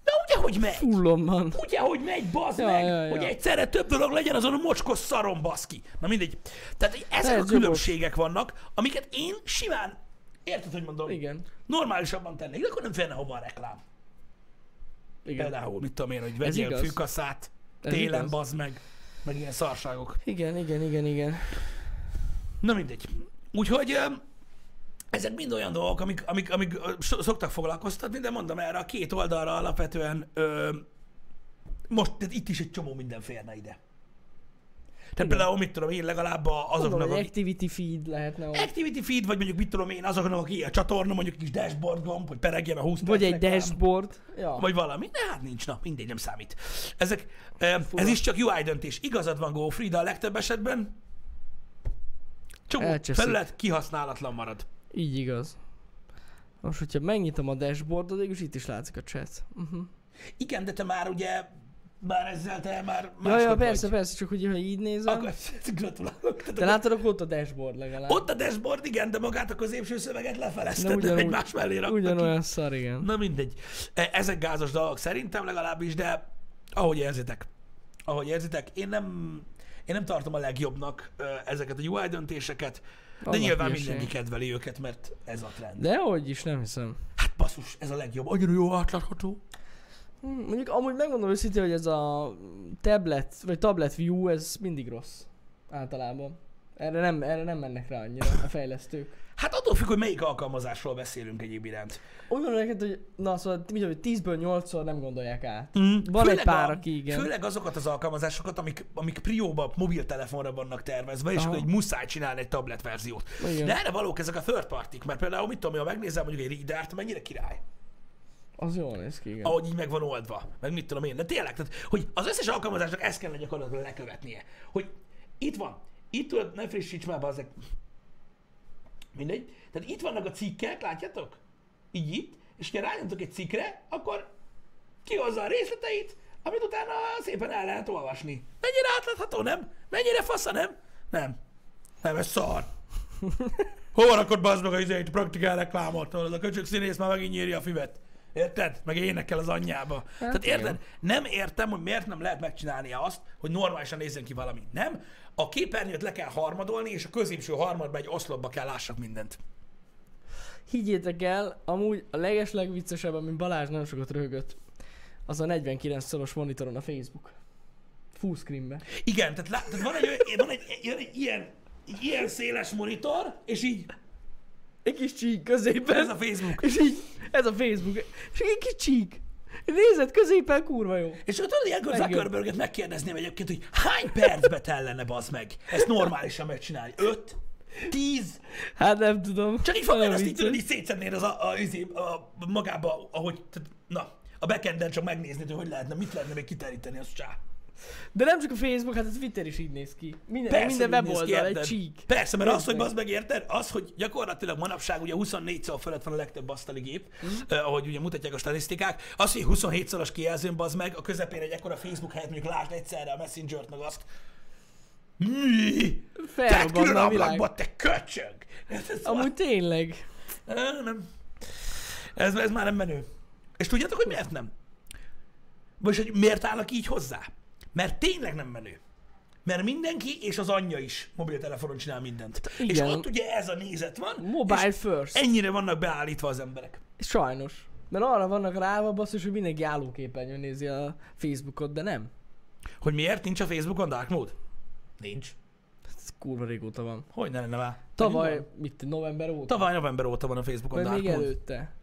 [SPEAKER 1] de ugye, hogy megy?
[SPEAKER 2] Fullon van.
[SPEAKER 1] Ugye, hogy megy, bazd
[SPEAKER 2] Ja,
[SPEAKER 1] meg,
[SPEAKER 2] ja, ja.
[SPEAKER 1] hogy egyszerre több dolog legyen azon a mocskos szarom, baszki. Na mindegy. Tehát hogy ezek
[SPEAKER 2] Ez
[SPEAKER 1] a különbségek vannak, amiket én simán, érted, hogy mondom,
[SPEAKER 2] Igen.
[SPEAKER 1] normálisabban tennék, de akkor nem férne hova a reklám.
[SPEAKER 2] Igen.
[SPEAKER 1] Például, mit tudom én, hogy vegyél
[SPEAKER 2] igaz.
[SPEAKER 1] fűkaszát,
[SPEAKER 2] Ez
[SPEAKER 1] télen,
[SPEAKER 2] igaz.
[SPEAKER 1] bazd meg, meg ilyen szarságok.
[SPEAKER 2] Igen, igen, igen, igen.
[SPEAKER 1] Na mindegy. Úgyhogy ö, ezek mind olyan dolgok, amik, amik, amik ö, so- szoktak foglalkoztatni, de mondom erre a két oldalra alapvetően ö, most tehát itt is egy csomó minden férne ide. Tehát Igen. például, mit tudom én, legalább a-
[SPEAKER 2] Mondom,
[SPEAKER 1] azoknak,
[SPEAKER 2] hogy
[SPEAKER 1] akik
[SPEAKER 2] activity feed lehetne ott.
[SPEAKER 1] activity feed, vagy mondjuk mit tudom én, azoknak, akik a csatorna, mondjuk kis dashboard gomb, hogy peregjen a 20
[SPEAKER 2] Vagy
[SPEAKER 1] perc
[SPEAKER 2] egy
[SPEAKER 1] reklám.
[SPEAKER 2] dashboard. Ja.
[SPEAKER 1] Vagy valami. Ne, hát nincs, na, mindegy, nem számít. Ezek, ö, ez
[SPEAKER 2] Fura.
[SPEAKER 1] is csak UI döntés. Igazad van, Gófri, de a legtöbb esetben csomó
[SPEAKER 2] Elcseszik.
[SPEAKER 1] felület kihasználatlan marad.
[SPEAKER 2] Így igaz. Most, hogyha megnyitom a dashboardot, végülis itt is látszik a chat. Uh-huh.
[SPEAKER 1] Igen, de te már ugye, már ezzel te már
[SPEAKER 2] Ja,
[SPEAKER 1] máskor
[SPEAKER 2] ja, persze,
[SPEAKER 1] vagy.
[SPEAKER 2] persze, csak hogy ha így nézem.
[SPEAKER 1] Akkor gratulálok. Tehát
[SPEAKER 2] Te
[SPEAKER 1] akkor-
[SPEAKER 2] látod, akkor ott a dashboard legalább.
[SPEAKER 1] Ott a dashboard, igen, de magát a középső szöveget
[SPEAKER 2] De
[SPEAKER 1] lefelezted, de
[SPEAKER 2] ugyanúgy-
[SPEAKER 1] egymás mellé raktak ki.
[SPEAKER 2] Ugyanolyan szar, igen.
[SPEAKER 1] Na mindegy. E- Ezek gázos dolgok szerintem legalábbis, de ahogy érzitek. Ahogy érzitek. Én nem, én nem tartom a legjobbnak ö, ezeket a UI döntéseket, de
[SPEAKER 2] Vannak
[SPEAKER 1] nyilván
[SPEAKER 2] hülyeség.
[SPEAKER 1] mindenki kedveli őket, mert ez a trend.
[SPEAKER 2] De hogy is, nem hiszem.
[SPEAKER 1] Hát basszus, ez a legjobb. Annyira jó átlátható.
[SPEAKER 2] Hm, Mondjuk amúgy megmondom őszintén, hogy ez a tablet, vagy tablet view, ez mindig rossz. Általában. Erre nem, erre nem mennek rá annyira a fejlesztők.
[SPEAKER 1] Hát attól függ, hogy melyik alkalmazásról beszélünk egyéb iránt.
[SPEAKER 2] Úgy gondolom neked, hogy na szóval, mit tudom, hogy 10-ből 8-szor nem gondolják át.
[SPEAKER 1] Mm.
[SPEAKER 2] Mm-hmm. Van egy pár, aki igen.
[SPEAKER 1] Főleg azokat az alkalmazásokat, amik, amik prióba mobiltelefonra vannak tervezve, és
[SPEAKER 2] Aha.
[SPEAKER 1] akkor egy muszáj csinálni egy tablet verziót.
[SPEAKER 2] Igen.
[SPEAKER 1] De erre valók ezek a third partik, mert például mit tudom, én, ha megnézem mondjuk egy readert, mennyire király,
[SPEAKER 2] Az jól néz ki, igen.
[SPEAKER 1] ahogy így meg van oldva, meg mit tudom én, de tényleg, tehát, hogy az összes alkalmazásnak ezt kellene gyakorlatilag lekövetnie, hogy itt van, itt tudod, ne frissíts már ezek. Mindegy. Tehát itt vannak a cikkek, látjátok? Így itt, és ha rányomtok egy cikkre, akkor kihozza a részleteit, amit utána szépen el lehet olvasni. Mennyire átlátható, nem? Mennyire fasza, nem? Nem. Nem, ez szar. Hova rakod bazd meg a izét, praktikál reklámot, ahol az a köcsök színész már megint nyírja a füvet. Érted? Meg énekel az anyjába. Tehát
[SPEAKER 2] igen.
[SPEAKER 1] érted? Nem értem, hogy miért nem lehet megcsinálni azt, hogy normálisan nézzen ki valami. Nem? A képernyőt le kell harmadolni, és a középső harmadba egy oszlopba kell lássak mindent.
[SPEAKER 2] Higgyétek el, amúgy a leges legviccesebb, amin Balázs nagyon sokat röhögött, az a 49 szoros monitoron a Facebook. Full screenbe.
[SPEAKER 1] Igen, tehát, lá- tehát van, egy, olyan- van egy, jön egy ilyen, egy ilyen széles monitor, és így
[SPEAKER 2] Egy kis csík középen.
[SPEAKER 1] ez a Facebook.
[SPEAKER 2] És így, ez a Facebook. És egy kis csík. Nézed, középen kurva jó.
[SPEAKER 1] És akkor tudod, ilyenkor
[SPEAKER 2] Legjobb.
[SPEAKER 1] Zuckerberget megkérdezném egyébként, hogy hány percbe tellene az meg ezt normálisan megcsinálni? Öt? Tíz?
[SPEAKER 2] Hát nem tudom.
[SPEAKER 1] Csak így fogod
[SPEAKER 2] Nagyon
[SPEAKER 1] azt így tudod,
[SPEAKER 2] vicces.
[SPEAKER 1] így szétszednéd az a, a, izé- a, magába, ahogy, tehát, na, a backenden csak megnézni, hogy hogy lehetne, mit lehetne még kiteríteni, az csá.
[SPEAKER 2] De nem csak a Facebook, hát a Twitter is így néz ki. Minden,
[SPEAKER 1] Persze,
[SPEAKER 2] minden
[SPEAKER 1] hogy néz ki,
[SPEAKER 2] weboldal, egy
[SPEAKER 1] érted?
[SPEAKER 2] csík.
[SPEAKER 1] Persze, mert az, hogy
[SPEAKER 2] meg.
[SPEAKER 1] bazd meg, érted? Az, hogy gyakorlatilag manapság ugye 24 szor fölött van a legtöbb asztali gép,
[SPEAKER 2] Mhm.
[SPEAKER 1] eh, ahogy ugye mutatják a statisztikák, az, hogy 27 szoros kijelzőn bazd meg, a közepén egy ekkora Facebook helyett mondjuk lásd egyszerre a Messenger-t meg azt. Mi? Tehát külön
[SPEAKER 2] Felrobbanna a világ.
[SPEAKER 1] ablakba, te köcsög! Ez, ez
[SPEAKER 2] Amúgy tényleg.
[SPEAKER 1] Á, nem. Ez, ez már nem menő. És tudjátok, hogy miért nem? Vagyis, hogy miért állnak így hozzá? Mert tényleg nem menő. Mert mindenki és az anyja is mobiltelefonon csinál mindent. És
[SPEAKER 2] Hát igen.
[SPEAKER 1] ott ugye ez a nézet van,
[SPEAKER 2] Mobile
[SPEAKER 1] és
[SPEAKER 2] first.
[SPEAKER 1] ennyire vannak beállítva az emberek.
[SPEAKER 2] Sajnos. Mert arra vannak ráva basszus, hogy mindenki állóképernyőn nézi a Facebookot, de nem.
[SPEAKER 1] Hogy miért nincs a Facebookon dark mode? Nincs.
[SPEAKER 2] Ez kurva régóta van.
[SPEAKER 1] Hogy ne lenne már?
[SPEAKER 2] Tavaly, mit, november óta?
[SPEAKER 1] Tavaly november óta van a Facebookon
[SPEAKER 2] Vagy
[SPEAKER 1] dark
[SPEAKER 2] még
[SPEAKER 1] mode.
[SPEAKER 2] előtte.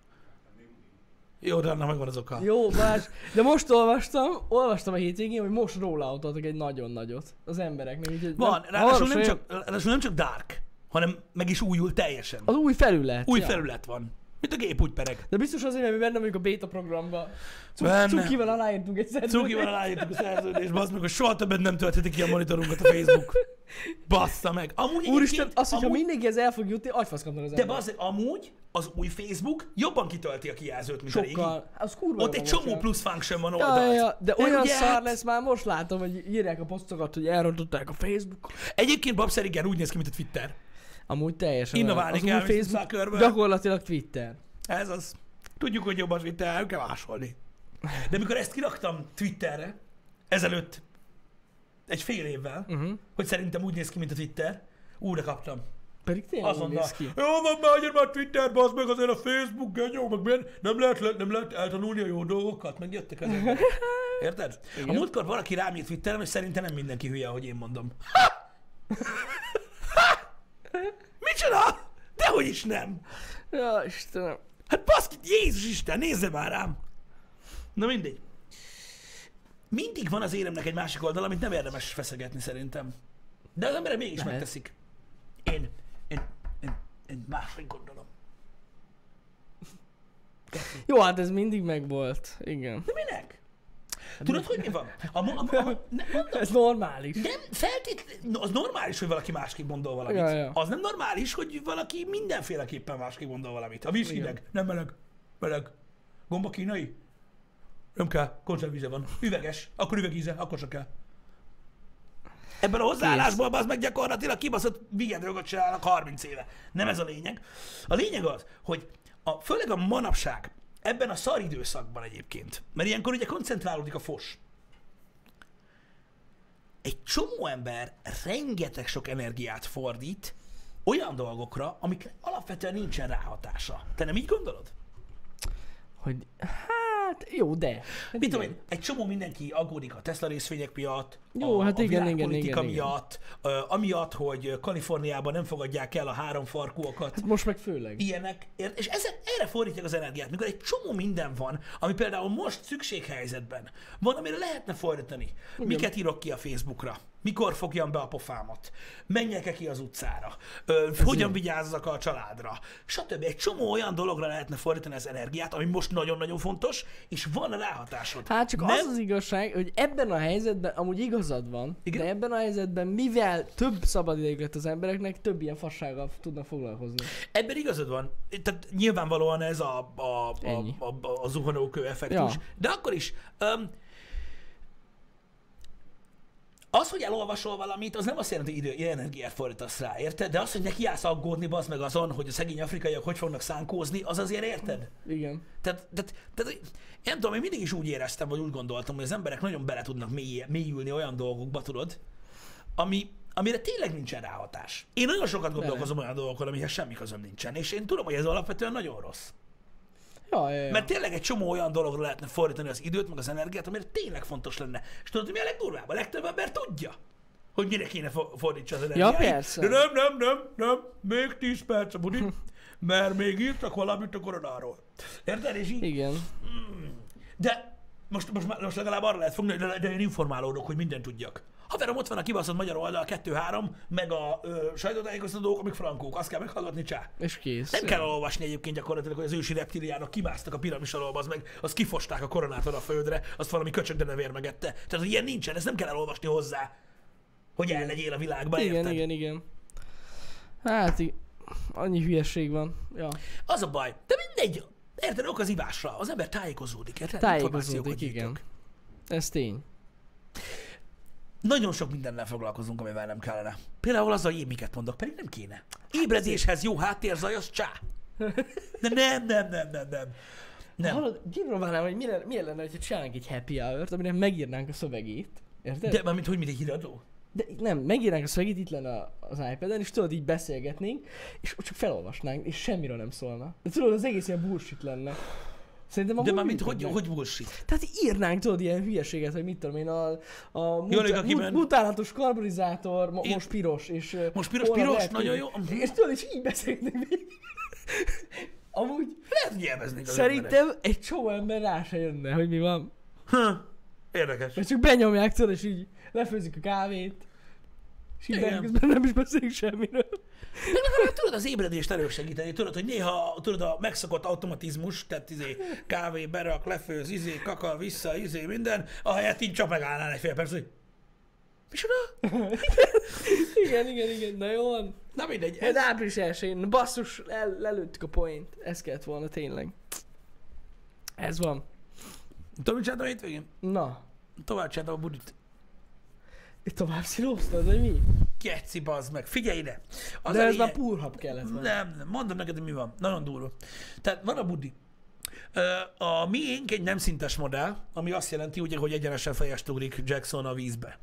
[SPEAKER 1] Jó, de annak megvan az oka.
[SPEAKER 2] Jó, más. De most olvastam, olvastam a hétvégén, hogy most rolloutoltak egy nagyon nagyot az embereknek. Úgyhogy
[SPEAKER 1] Van,
[SPEAKER 2] nem-
[SPEAKER 1] ráadásul
[SPEAKER 2] arra
[SPEAKER 1] nem,
[SPEAKER 2] sem-
[SPEAKER 1] csak, ráadásul nem csak dark, hanem meg is újul teljesen.
[SPEAKER 2] Az új felület.
[SPEAKER 1] Új
[SPEAKER 2] ja.
[SPEAKER 1] felület van. Mint a gép úgy pereg.
[SPEAKER 2] De biztos azért, mert mi benne vagyunk a beta programba.
[SPEAKER 1] Benne.
[SPEAKER 2] Cuk- Cukival aláírtunk egy szerződést.
[SPEAKER 1] Cugival aláírtuk a szerződést, bassz meg, hogy soha többet nem töltheti ki a monitorunkat a Facebook. Bassza meg. Amúgy
[SPEAKER 2] Úristen,
[SPEAKER 1] egyébként-
[SPEAKER 2] az, hogyha
[SPEAKER 1] amúgy,
[SPEAKER 2] mindenki ez el fog jutni, agyfaszkapnak az
[SPEAKER 1] De
[SPEAKER 2] ember.
[SPEAKER 1] bassz, amúgy az új Facebook jobban kitölti a kijelzőt, mint a régi.
[SPEAKER 2] Sokkal. Az kurva
[SPEAKER 1] Ott
[SPEAKER 2] jó
[SPEAKER 1] egy
[SPEAKER 2] van,
[SPEAKER 1] csomó
[SPEAKER 2] csak.
[SPEAKER 1] plusz function van
[SPEAKER 2] Ja, ja,
[SPEAKER 1] oldalt.
[SPEAKER 2] ja, de olyan
[SPEAKER 1] ugye
[SPEAKER 2] szar
[SPEAKER 1] hát-
[SPEAKER 2] lesz már, most látom, hogy írják a posztokat, hogy elrontották a Facebookot.
[SPEAKER 1] Egyébként Babszer igen, úgy néz ki, mint a Twitter.
[SPEAKER 2] Amúgy teljesen
[SPEAKER 1] Innoválni
[SPEAKER 2] olyan.
[SPEAKER 1] kell,
[SPEAKER 2] az új
[SPEAKER 1] viszont
[SPEAKER 2] Facebook
[SPEAKER 1] Zuckerberg.
[SPEAKER 2] gyakorlatilag Twitter.
[SPEAKER 1] Ez az. Tudjuk, hogy jobb a Twitter, el kell másolni. De mikor ezt kiraktam Twitterre, ezelőtt egy fél évvel,
[SPEAKER 2] Uh-huh.
[SPEAKER 1] hogy szerintem úgy néz ki, mint a Twitter, újra kaptam.
[SPEAKER 2] Pedig tényleg úgy
[SPEAKER 1] Azonnal.
[SPEAKER 2] néz ki.
[SPEAKER 1] Jó van, már hagyjad már a Twitter, bazd meg azért a Facebook, genyó, meg miért nem lehet, le- nem lehet eltanulni a jó dolgokat, meg jöttek az emberek. Érted? A múltkor valaki rám írt Twitteren, hogy szerintem nem mindenki hülye, ahogy én mondom. Ha! ha! Micsoda? Dehogy is nem.
[SPEAKER 2] Ja, Istenem.
[SPEAKER 1] Hát baszki, Jézus Isten, nézze már rám. Na mindegy. Mindig van az éremnek egy másik oldal, amit nem érdemes feszegetni szerintem. De az emberek mégis
[SPEAKER 2] Lehet.
[SPEAKER 1] megteszik. Én, én, én, én máshogy gondolom.
[SPEAKER 2] Jó, hát ez mindig megvolt. Igen.
[SPEAKER 1] De minek? Tudod, hogy mi van? A, mo- a, a, a, ne, mondom,
[SPEAKER 2] Ez normális.
[SPEAKER 1] nem feltétlenül, az normális, hogy valaki másképp gondol valamit.
[SPEAKER 2] Ja, ja.
[SPEAKER 1] Az nem normális, hogy valaki mindenféleképpen másképp gondol valamit. A víz hideg, nem meleg, meleg. Gomba kínai? Nem kell, konzervíze van. Üveges, akkor üvegíze, akkor se kell. Ebben a hozzáállásból az meg gyakorlatilag kibaszott vigendrogot csinálnak 30 éve. Nem ez a lényeg. A lényeg az, hogy a, főleg a manapság, ebben a szar időszakban egyébként, mert ilyenkor ugye koncentrálódik a fos egy csomó ember rengeteg sok energiát fordít olyan dolgokra, amik alapvetően nincsen ráhatása. Te nem így gondolod?
[SPEAKER 2] Hogy, hát, jó, de. Hát
[SPEAKER 1] Mit tudom
[SPEAKER 2] igen.
[SPEAKER 1] én, egy csomó mindenki aggódik a Tesla részvények miatt,
[SPEAKER 2] Jó,
[SPEAKER 1] a,
[SPEAKER 2] hát
[SPEAKER 1] a
[SPEAKER 2] igen, igen,
[SPEAKER 1] világpolitika
[SPEAKER 2] igen, igen.
[SPEAKER 1] miatt, ö, amiatt, hogy Kaliforniában nem fogadják el a három farkúakat,
[SPEAKER 2] Hát most meg főleg.
[SPEAKER 1] ilyenek, ért- és ezen, erre fordítják az energiát, mikor egy csomó minden van, ami például most szükséghelyzetben van, amire lehetne fordítani. Miket írok ki a Facebookra? Mikor fogjam be a pofámat? Menjek-e ki az utcára? Ö, hogyan vigyázzak a családra? Stb. Egy csomó olyan dologra lehetne fordítani az energiát, ami most nagyon-nagyon fontos, és van ráhatásod.
[SPEAKER 2] Hát csak
[SPEAKER 1] nem,
[SPEAKER 2] az az igazság, hogy ebben a helyzetben, amúgy igazad van,
[SPEAKER 1] Igen.
[SPEAKER 2] Igen? de ebben a helyzetben, mivel több szabad idejük lett az embereknek, több ilyen fassággal tudnak foglalkozni.
[SPEAKER 1] Ebben igazad van. Tehát nyilvánvalóan ez a, a, a,
[SPEAKER 2] Ennyi.
[SPEAKER 1] a, a, a zuhanókő effektus. Ja.
[SPEAKER 2] Ja.
[SPEAKER 1] De akkor is, um, Az, hogy elolvasol valamit, az nem azt jelenti, hogy idő, energiát fordítasz rá, érted? De az, hogy neki állsz aggódni, bazd meg azon, hogy a szegény afrikaiak hogy fognak szánkózni, az azért érted?
[SPEAKER 2] Igen.
[SPEAKER 1] Tehát, tehát, tehát én nem tudom, én mindig is úgy éreztem, vagy úgy gondoltam, hogy az emberek nagyon bele tudnak mély, mélyülni olyan dolgokba, tudod, ami, amire tényleg nincsen ráhatás. Én nagyon sokat gondolkozom olyan dolgokon, amihez semmi közöm nincsen, és én tudom, hogy ez alapvetően nagyon rossz.
[SPEAKER 2] Ja, ja, ja.
[SPEAKER 1] Mert tényleg egy csomó olyan dologra lehetne fordítani az időt, meg az energiát, amire tényleg fontos lenne. És tudod, hogy mi a legdurvább? A legtöbb ember tudja, hogy mire kéne fo- fordítsa az energiáit.
[SPEAKER 2] persze.
[SPEAKER 1] De nem, nem, nem, nem, még 10 perc a budi, mert még írtak valamit a koronáról. Érted? És így,
[SPEAKER 2] Igen.
[SPEAKER 1] de most, most, már- most legalább arra lehet fogni, hogy de- de én informálódok, hogy mindent tudjak. Haverom, ott van a kibaszott magyar oldal 2-3, meg a ö, sajtótájékoztatók, amik frankók. Azt kell meghallgatni, csá.
[SPEAKER 2] És kész.
[SPEAKER 1] Nem kell olvasni egyébként gyakorlatilag, hogy az ősi reptiliánok kimásztak a piramis alól, az meg, azt kifosták a koronát oda a földre, azt valami köcsög denevér megette. Tehát, hogy ilyen nincsen, ezt nem kell elolvasni hozzá, hogy el legyél a világban,
[SPEAKER 2] Igen,
[SPEAKER 1] érted?
[SPEAKER 2] igen, igen. Hát, i- annyi hülyeség van. Ja.
[SPEAKER 1] Az a baj. De mindegy, érted, ok az ivásra, az ember tájékozódik, érted? Információkat
[SPEAKER 2] Tájékozódik,
[SPEAKER 1] gyűjtök.
[SPEAKER 2] igen. Ez tény.
[SPEAKER 1] Nagyon sok mindennel foglalkozunk, amivel nem kellene. Például azzal, hogy én miket mondok, pedig nem kéne. Ébredéshez jó háttérzaj, az csá. De nem, nem, nem, nem, nem. Nem.
[SPEAKER 2] Hallod, kipróbálnám, hogy milyen, milyen lenne, ha csinálnánk egy happy hour-t, amire megírnánk a szövegét. Érted?
[SPEAKER 1] De mármint, hogy mint egy híradó?
[SPEAKER 2] De í- nem, megírnánk a szöveget, itt lenne a- az iPad-en, és tudod, így beszélgetnénk, és ott csak felolvasnánk, és semmiről nem szólna. De tudod, az egész ilyen bullshit lenne. Szerintem
[SPEAKER 1] De
[SPEAKER 2] amúgy
[SPEAKER 1] mármint, hogy,
[SPEAKER 2] működne.
[SPEAKER 1] hogy bullshit?
[SPEAKER 2] Tehát írnánk, tudod, ilyen hülyeséget, hogy mit tudom én, a, a
[SPEAKER 1] Jönnek,
[SPEAKER 2] mutá-
[SPEAKER 1] akiben-
[SPEAKER 2] mut- mutálatos karbonizátor mo-
[SPEAKER 1] Én-
[SPEAKER 2] most piros, és... ö,
[SPEAKER 1] Most piros,
[SPEAKER 2] holnap
[SPEAKER 1] piros,
[SPEAKER 2] lehet,
[SPEAKER 1] nagyon
[SPEAKER 2] hogy-
[SPEAKER 1] jó.
[SPEAKER 2] És tudod, és így beszélnénk még. Amúgy
[SPEAKER 1] Lehet, hogy élveznék az emberek.
[SPEAKER 2] szerintem egy csomó ember rá se jönne, hogy mi van.
[SPEAKER 1] Ha, Hm. Érdekes.
[SPEAKER 2] Mert csak benyomják, tudod, és így lefőzik a kávét. És így
[SPEAKER 1] Igen.
[SPEAKER 2] nem, közben nem is beszélünk semmiről.
[SPEAKER 1] Meg legalább hát tudod az ébredést elősegíteni, tudod, hogy néha tudod a megszokott automatizmus, tehát izé, kávé, berak, lefőz, izé, kakal, vissza, izé, minden, ahelyett így csak megállnál egy fél perc, hogy micsoda?
[SPEAKER 2] Igen, igen, igen, na jó van. Hát-
[SPEAKER 1] Na mindegy, ez,
[SPEAKER 2] Ez április 1 basszus, el, lelőttük a point. Ez kellett volna tényleg. Ez van.
[SPEAKER 1] Tudom, mit csináltam a hétvégén?
[SPEAKER 2] Na,
[SPEAKER 1] Tovább csináltam a budit.
[SPEAKER 2] itt tovább szilóztad, vagy mi?
[SPEAKER 1] Keci, bazd meg, figyelj ide! Az
[SPEAKER 2] De ez
[SPEAKER 1] elején-
[SPEAKER 2] már púrhab kellett volna.
[SPEAKER 1] Nem, nem, mondom neked, hogy mi van. Nagyon durva. Tehát van a budi. Ö, A miénk egy nem szintes modell, ami azt jelenti, ugye, hogy egyenesen fejest ugrik Jackson a vízbe.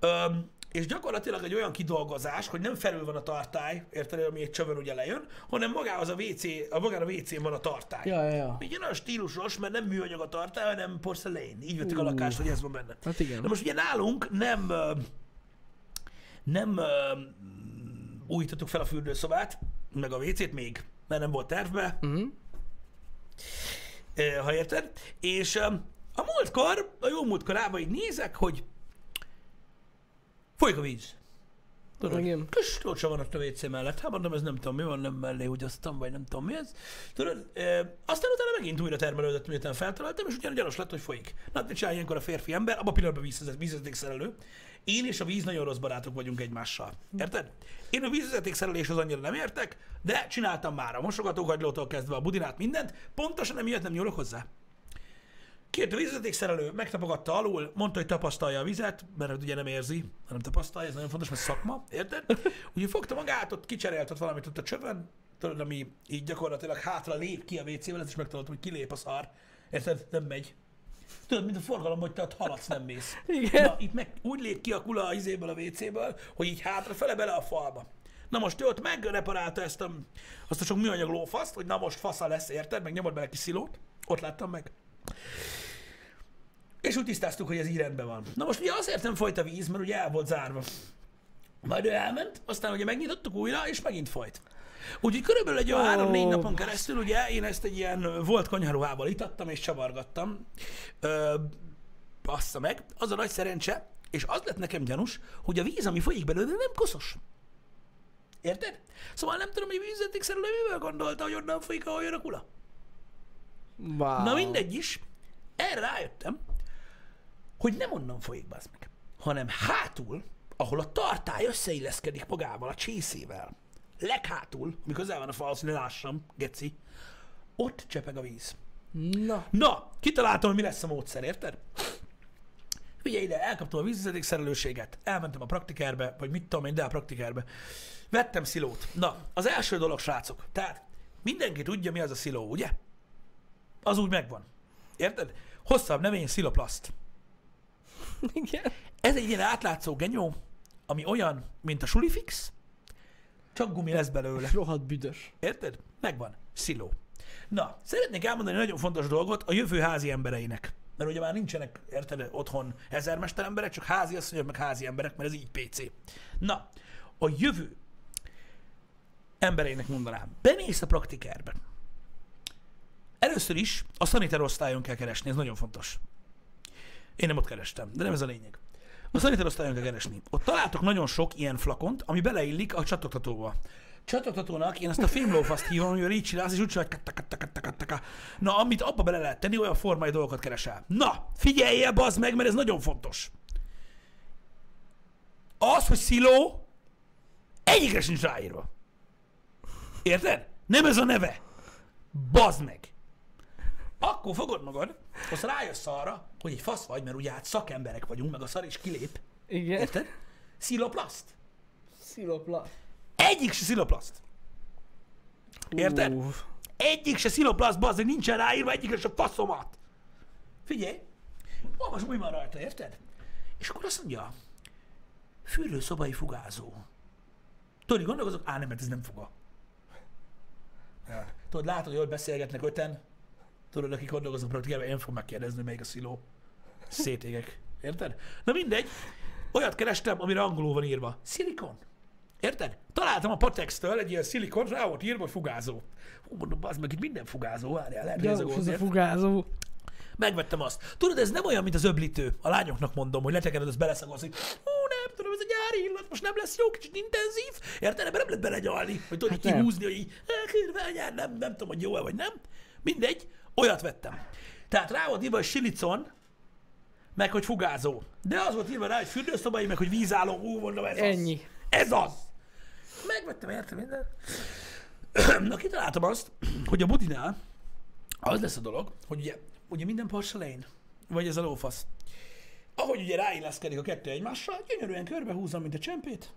[SPEAKER 1] Öm, és gyakorlatilag egy olyan kidolgozás, hogy nem felül van a tartály, érted, ami egy csövön ugye lejön, hanem magához a WC, a magára a WC-n van a tartály.
[SPEAKER 2] Ja, ja, ja.
[SPEAKER 1] Így olyan stílusos, mert nem műanyag a tartály, hanem porcelén. Így vettük a
[SPEAKER 2] Ú.
[SPEAKER 1] lakást, hogy ez van benne.
[SPEAKER 2] Hát igen.
[SPEAKER 1] Na most ugye nálunk nem, ö, nem ö, újítottuk fel a fürdőszobát, meg a WC-t még, mert nem volt tervbe,
[SPEAKER 2] Mhm.
[SPEAKER 1] ö, ha érted. És ö, a múltkor, a jó múltkor rába így nézek, hogy folyik a víz.
[SPEAKER 2] Igen.
[SPEAKER 1] Tudod, kis tolcsa van ott a WC mellett. Hát mondom, ez nem tudom mi van, nem mellé húgyoztam, vagy nem tudom mi ez. Tudod, ö, aztán utána megint újra termelődött, miután feltaláltam, és ugyan gyanús lett, hogy folyik. Na, hát mit csinál ilyenkor a férfi ember? Abba a pillanatban vízhez- vízvezetékszerelő. Én és a víz nagyon rossz barátok vagyunk egymással. Érted? Én a vízvezetékszereléshez annyira nem értek, de csináltam már a mosogatókagylótól kezdve a budinát, mindent. Pontosan emiatt nem nyúlok hozzá. Két a vízvezetékszerelő megtapogatta alul, mondta, hogy tapasztalja a vizet, mert hát ugye nem érzi, hanem tapasztalja, ez nagyon fontos, mert szakma, érted? Ugye fogta magát, ott kicserélt ott valamit ott a csövön, tudod, ami így gyakorlatilag hátra lép ki a WC-vel, ezt is megtanultam, hogy kilép a szar, érted? Nem megy. Tudod, mint a forgalom, hogy te ott haladsz, nem mész.
[SPEAKER 2] Igen.
[SPEAKER 1] Na, itt meg úgy lép ki a kula a izéből, a WC-ből, hogy így hátrafele bele a falba. Na most ő ott megreparálta ezt a, azt a sok műanyag lófaszt, hogy na most fasza lesz, érted? Meg nyomod bele kis szilót. Ott láttam meg. És úgy tisztáztuk, hogy ez így rendben van. Na most ugye azért nem folyt a víz, mert ugye el volt zárva. Majd ő elment, aztán ugye megnyitottuk újra, és megint folyt. Úgyhogy körülbelül egy olyan három-négy
[SPEAKER 2] Ó.
[SPEAKER 1] napon keresztül, ugye én ezt egy ilyen ö, volt konyharuhával itattam és csavargattam. Ö, bassza meg, az a nagy szerencse, és az lett nekem gyanús, hogy a víz, ami folyik belőle, nem koszos. Érted? Szóval nem tudom, hogy vízvezetékszerelő mivel gondolta, hogy onnan folyik, ahol jön a kula.
[SPEAKER 2] Wow.
[SPEAKER 1] Na mindegy is, erre rájöttem, hogy nem onnan folyik bazd meg, hanem hátul, ahol a tartály összeilleszkedik magával, a csészével. Leghátul, ami közel van a falhoz, hogy ne lássam, geci, ott csepeg a víz.
[SPEAKER 2] Na.
[SPEAKER 1] Na, kitaláltam, hogy mi lesz a módszer, érted? Figyelj ide, elkaptam a vízvezeték szerelőséget, elmentem a praktikerbe, vagy mit tudom én, de a praktikerbe. Vettem szilót. Na, az első dolog, srácok. Tehát mindenki tudja, mi az a sziló, ugye? Az úgy megvan. Érted? Hosszabb nevény sziloplaszt.
[SPEAKER 2] Igen.
[SPEAKER 1] Ez egy ilyen átlátszó genyó, ami olyan, mint a sulifix, csak gumi lesz belőle.
[SPEAKER 2] Rohadt büdös.
[SPEAKER 1] Érted? Megvan. Sziló. Na, szeretnék elmondani egy nagyon fontos dolgot a jövő házi embereinek. Mert ugye már nincsenek, érted, otthon ezermester emberek, csak házi asszonyok, meg házi emberek, mert ez így PC. Na, a jövő embereinek mondanám, bemész a praktikerbe. Először is a szaniter osztályon kell keresni, ez nagyon fontos. Én nem ott kerestem, de nem ez a lényeg. A szaniter osztályon kell keresni. Ott találtok nagyon sok ilyen flakont, ami beleillik a csatoktatóba. Csatoktatónak én azt a fémlófaszt hívom, amivel így csinálsz, és úgy csinálsz, katta, katta, katta, katta, katta. Na, amit abba bele lehet tenni, olyan formai dolgokat keresel. Na, figyelj el, bazd meg, mert ez nagyon fontos. Az, hogy sziló, egyikre sincs ráírva. Érted? Nem ez a neve. Bazd meg. Akkor fogod magad, azt rájössz arra, hogy egy fasz vagy, mert ugye hát szakemberek vagyunk, meg a szar is kilép.
[SPEAKER 2] Igen.
[SPEAKER 1] Érted? Sziloplaszt.
[SPEAKER 2] Szilopla.
[SPEAKER 1] Egyik se sziloplaszt. Érted?
[SPEAKER 2] Ú,
[SPEAKER 1] Egyik se sziloplaszt, bazdmeg, nincsen ráírva egyikre se faszomat. Figyelj, olvasd, mi van rajta, érted? És akkor azt mondja, fürdőszobai fugázó. Tudod, így gondolkozok, á nem, mert ez nem foga. Ja. Tudod, látod, hogy ott beszélgetnek öten, tudod, akik gondolkoznak praktikában, én fogom megkérdezni, hogy melyik a sziló. Szétégek. Érted? Na mindegy, olyat kerestem, amire angolul van írva. Szilikon. Érted? Találtam a Patextől egy ilyen szilikon, rá volt írva, hogy fugázó. Hú, mondom, az meg itt minden fugázó, várjál, lehet, hogy ez a
[SPEAKER 2] Gyanús
[SPEAKER 1] gond,
[SPEAKER 2] ez a
[SPEAKER 1] érted?
[SPEAKER 2] fugázó.
[SPEAKER 1] Megvettem azt. Tudod, ez nem olyan, mint az öblítő. A lányoknak mondom, hogy letekered, az beleszagolsz, hogy hú, nem tudom, ez egy gyári illat, most nem lesz jó, kicsit intenzív. Érted? Ebben nem lehet belegyalni, hogy tudod
[SPEAKER 2] Hát
[SPEAKER 1] hát
[SPEAKER 2] nem.
[SPEAKER 1] kihúzni, hogy így, "Á, kurva anyád, nem, nem tudom, hogy jó-e vagy nem. Mindegy, olyat vettem. Tehát rá volt írva, hogy silicon, meg hogy fugázó. De az volt írva rá, hogy fürdőszobai, meg hogy vízálló, hú, mondom, ez
[SPEAKER 2] Ennyi.
[SPEAKER 1] az. Ez az. Megvettem, értem minden. Na, kitaláltam azt, hogy a budinál az lesz a dolog, hogy ugye, ugye minden porcelain, vagy ez a lófasz, ahogy ugye ráilleszkedik a kettő egymással, gyönyörűen körbehúzom, mint a csempét.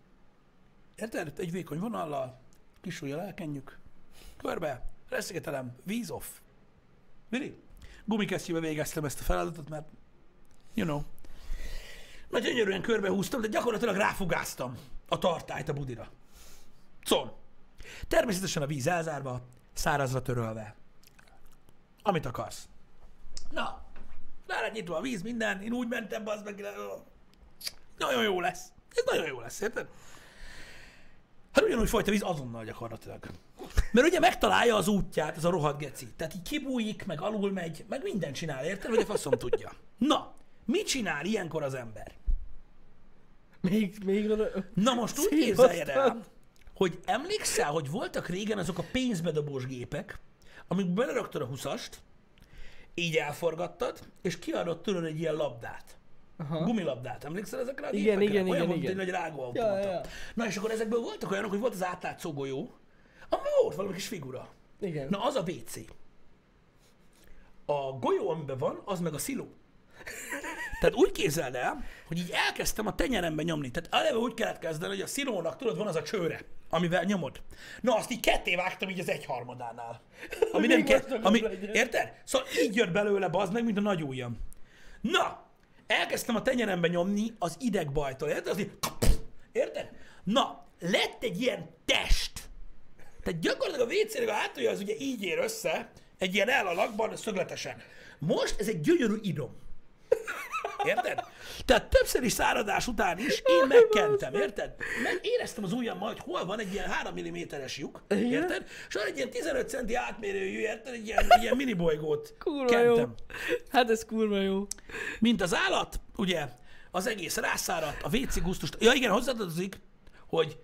[SPEAKER 1] Érted? Egy vékony vonallal, kis ujjal elkenjük. Körbe, reszigetelem, víz off. Vili? Gumikesztyűbe végeztem ezt a feladatot, mert you know. Na gyönyörűen körbehúztam, de gyakorlatilag ráfugáztam a tartályt a budira. Con. Természetesen a víz elzárva, szárazra törölve. Amit akarsz. Na, rá lett nyitva a víz, minden, én úgy mentem, az meg... Nagyon jó lesz. Ez nagyon jó lesz, érted? Hát ugyanúgy folyt a víz azonnal gyakorlatilag. Mert ugye megtalálja az útját, ez a rohadt geci. Tehát így kibújik, meg alul megy, meg mindent csinál, érted? Vagy a faszom tudja. Na, mit csinál ilyenkor az ember?
[SPEAKER 2] Még, még oda...
[SPEAKER 1] Na most úgy
[SPEAKER 2] Szívasztad.
[SPEAKER 1] képzeljed el, hogy emlékszel, hogy voltak régen azok a pénzbedobós gépek, amik beleraktad a 20-ast, így elforgattad, és kiadott tőled egy ilyen labdát. Aha. Gumilabdát. Emlékszel ezekre a
[SPEAKER 2] Igen,
[SPEAKER 1] gépekre?
[SPEAKER 2] igen,
[SPEAKER 1] Olyan
[SPEAKER 2] igen,
[SPEAKER 1] volt,
[SPEAKER 2] igen.
[SPEAKER 1] mint egy nagy rágóautomata.
[SPEAKER 2] Ja, ja, ja.
[SPEAKER 1] Na és akkor ezekből voltak olyanok, hogy volt az átlátszó golyó, amiben volt valami kis figura.
[SPEAKER 2] Igen.
[SPEAKER 1] Na az a WC. A golyó, amiben van, az meg a sziló. Tehát úgy képzeld el, hogy így elkezdtem a tenyerembe nyomni. Tehát eleve úgy kellett kezdeni, hogy a szilónak, tudod, van az a csőre, amivel nyomod. Na, azt így ketté vágtam így az egyharmadánál. Ami nem
[SPEAKER 2] Még
[SPEAKER 1] kell,
[SPEAKER 2] vastagabb
[SPEAKER 1] ami,
[SPEAKER 2] legyen.
[SPEAKER 1] érted? Szóval így jött belőle, bazd meg, mint a nagy ujjam. Na, elkezdtem a tenyerembe nyomni az idegbajtól, érted? Az így, érted? Na, lett egy ilyen test. Tehát gyakorlatilag a WC-nek a hátulja az ugye így ér össze, egy ilyen elalakban, szögletesen. Most ez egy gyönyörű idom. Érted? Tehát többszöri száradás után is én megkentem, érted? Meg éreztem az ujjammal, hogy hol van egy ilyen 3 mm-es lyuk, érted? És van egy ilyen 15 centi átmérőjű, érted? Egy ilyen, egy ilyen minibolygót
[SPEAKER 2] Kurva jó.
[SPEAKER 1] kentem.
[SPEAKER 2] Hát ez kurva jó.
[SPEAKER 1] Mint az állat, ugye, az egész rászáradt, a WC gusztust. Ja igen, hozzátartozik, hogy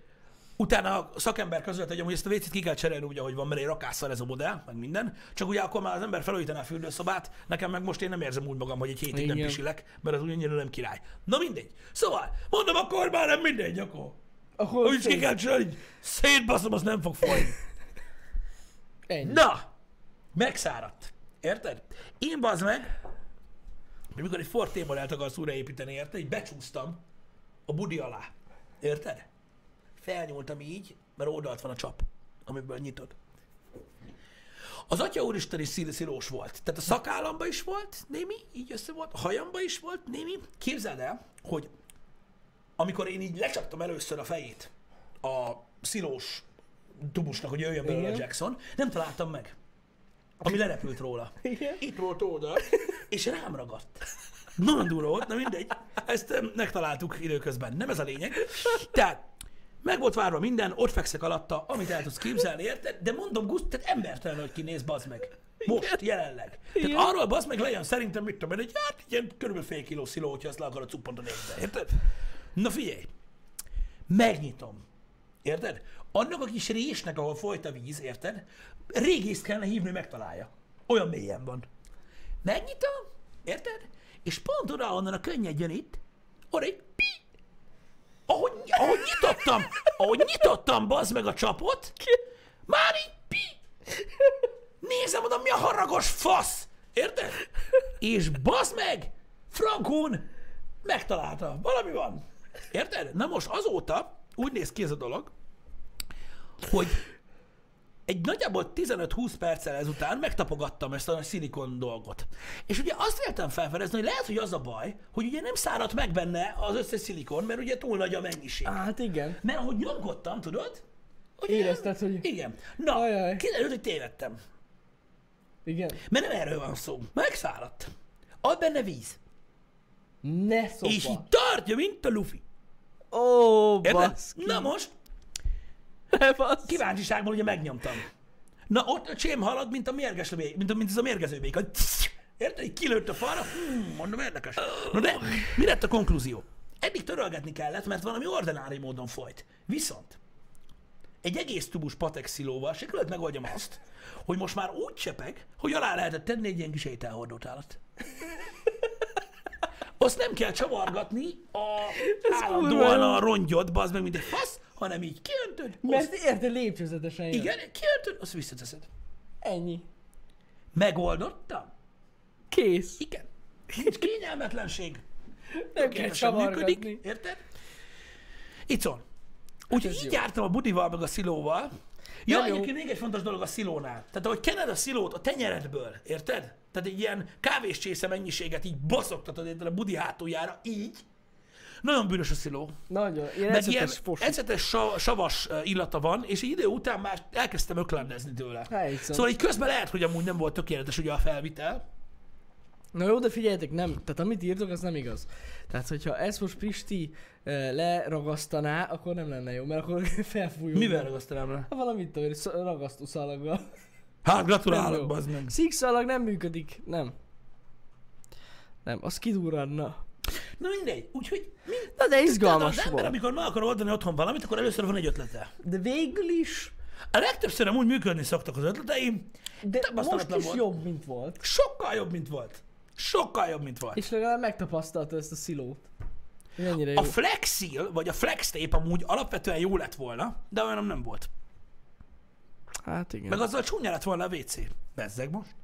[SPEAKER 1] utána a szakember közölt, hogy amúgy ezt a WC-t ki kell cserélni úgy, ahogy van, mert egy rakásszal ez a modell, meg minden. Csak ugye akkor már az ember felújítaná a fürdőszobát, nekem meg most én nem érzem úgy magam, hogy egy hétig nem
[SPEAKER 2] Igen.
[SPEAKER 1] pisilek, mert az ugyannyira nem király. Na mindegy. Szóval, mondom, akkor már nem mindegy, akkor.
[SPEAKER 2] Ahol
[SPEAKER 1] Úgy is ki kell csinálni, hogy szétbaszom, az nem fog folyni.
[SPEAKER 2] Ennyi.
[SPEAKER 1] Na! Megszáradt. Érted? Én bazd meg, Amikor egy Ford T-modellt akarsz újraépíteni, érted? Így becsúsztam a budi alá. Érted? Felnyúltam így, mert oldalt van a csap, amiből nyitod. Az atya úristen is szil- szilós volt. Tehát a szakállamba is volt némi, így össze volt, a hajamba is volt némi. Képzeld el, hogy amikor én így lecsaptam először a fejét a szilós dubusnak, hogy jöjjön belőle
[SPEAKER 2] Igen.
[SPEAKER 1] a Jackson, nem találtam meg. Ami lerepült róla.
[SPEAKER 2] Igen.
[SPEAKER 1] Itt volt oldal, és rám ragadt. Nagyon durva volt, na mindegy. Ezt em, megtaláltuk időközben. Nem ez a lényeg. Tehát, meg volt várva minden, ott fekszek alatta, amit el tudsz képzelni, érted? De mondom, Guszt, tehát embertelen, hogy kinéz, bazd meg. Most, jelenleg. Tehát
[SPEAKER 2] Igen.
[SPEAKER 1] arról bazd meg legyen szerintem, mit tudom én, egy, hát, ilyen körülbelül fél kiló sziló, hogyha azt le akarod cuppantani egybe, érted? Na figyelj, megnyitom. Érted? Annak a kis résnek, ahol folyt a víz, érted? Régészt kellene hívni, hogy megtalálja. Olyan mélyen van. Megnyitom, érted? És pont oda, ahonnan a könnyed jön itt, oda egy pi! Ahogy, ahogy nyitottam, ahogy nyitottam, bazd meg a csapot, már így pi! Nézem oda, mi a haragos fasz! Érted? És bazd meg! Frankón megtalálta. Valami van. Érted? Na most azóta úgy néz ki ez a dolog, hogy egy nagyjából 15-20 perccel ezután megtapogattam ezt a szilikon dolgot. És ugye azt véltem felfedezni, hogy lehet, hogy az a baj, hogy ugye nem száradt meg benne az összes szilikon, mert ugye túl nagy a mennyiség.
[SPEAKER 2] Á, Hát igen.
[SPEAKER 1] Mert ahogy nyomkodtam, tudod? Hogy
[SPEAKER 2] Érezted, hogy-
[SPEAKER 1] Igen. Na,
[SPEAKER 2] Ajaj.
[SPEAKER 1] kiderült, hogy tévedtem.
[SPEAKER 2] Igen.
[SPEAKER 1] Mert nem erről van szó. Megszáradt. Ad benne víz.
[SPEAKER 2] Ne szopva.
[SPEAKER 1] És így tartja, mint a lufi.
[SPEAKER 2] Ó,
[SPEAKER 1] Érted?
[SPEAKER 2] baszki.
[SPEAKER 1] Na most,
[SPEAKER 2] Ne baszki.
[SPEAKER 1] kíváncsiságból ugye megnyomtam. Na ott a csém halad, mint a mérges lövény, mint, a- mint ez a mérgező béka. Érted? Így kilőtt a falra. Hmm, mondom, érdekes. Na de, mi lett a konklúzió? Eddig törölgetni kellett, mert valami ordinári módon folyt. Viszont egy egész tubus patek szilóval sikerült megoldjam azt, hogy most már úgy csepeg, hogy alá lehetett tenni egy ilyen kis ételhordót állat. Azt nem kell csavargatni a állandóan
[SPEAKER 2] kurva jó.
[SPEAKER 1] a rongyot, bazd meg, mint egy fasz, hanem így kiöntöd, azt
[SPEAKER 2] Mert érted, lépcsőzetesen jön.
[SPEAKER 1] igen, kiöntöd, azt visszateszed.
[SPEAKER 2] Ennyi.
[SPEAKER 1] Megoldottam?
[SPEAKER 2] Kész.
[SPEAKER 1] Igen. Nincs kényelmetlenség.
[SPEAKER 2] Nem kell
[SPEAKER 1] Tökéletesen
[SPEAKER 2] csavargatni.
[SPEAKER 1] működik, érted? Itt van. Úgyhogy
[SPEAKER 2] Hát ez
[SPEAKER 1] így
[SPEAKER 2] jó.
[SPEAKER 1] jártam a budival, meg a szilóval. Ja,
[SPEAKER 2] Nem jó.
[SPEAKER 1] egyébként még egy fontos dolog a szilónál. Tehát ahogy kened a szilót a tenyeredből, érted? Tehát egy ilyen kávéscsésze mennyiséget így baszogtatod érted a budi hátuljára, így. Nagyon bűnös a sziló.
[SPEAKER 2] Nagyon. Ilyen
[SPEAKER 1] Meg ilyen
[SPEAKER 2] ecetes fos.
[SPEAKER 1] ecetes sa- savas ö, illata van, és egy idő után már elkezdtem öklendezni tőle.
[SPEAKER 2] Helyszem.
[SPEAKER 1] Szóval így közben lehet, hogy amúgy nem volt tökéletes ugye a felvitel.
[SPEAKER 2] Na jó, de figyeljetek, nem. Tehát amit írtok, az nem igaz. Tehát, hogyha ezt most Pisti eh, leragasztaná, akkor nem lenne jó, mert akkor felfújunk.
[SPEAKER 1] Mivel ragasztanám rá?
[SPEAKER 2] Ha valamit tudom, én, sz- ragasztó szalaggal.
[SPEAKER 1] Hát
[SPEAKER 2] Nem jó.
[SPEAKER 1] gratulálok, bazd meg.
[SPEAKER 2] Szikszalag nem működik. Nem. Nem, az kidurranna.
[SPEAKER 1] Na mindegy, úgyhogy mind...
[SPEAKER 2] Na de
[SPEAKER 1] Az
[SPEAKER 2] izgalmas
[SPEAKER 1] ember,
[SPEAKER 2] volt.
[SPEAKER 1] amikor meg akar oldani otthon valamit, akkor először van egy ötlete.
[SPEAKER 2] De végül is,
[SPEAKER 1] A legtöbbször amúgy működni szoktak az ötleteim.
[SPEAKER 2] de most
[SPEAKER 1] Tapasztalatlan
[SPEAKER 2] is
[SPEAKER 1] volt.
[SPEAKER 2] jobb, mint volt.
[SPEAKER 1] Sokkal jobb, mint volt. Sokkal jobb, mint volt.
[SPEAKER 2] És legalább megtapasztalta ezt a szilót. Mennyire jó.
[SPEAKER 1] A flexil, vagy a flex tape amúgy alapvetően jó lett volna, de olyan nem volt.
[SPEAKER 2] Hát igen.
[SPEAKER 1] Meg azzal csúnya lett volna a WC. Bezzeg most.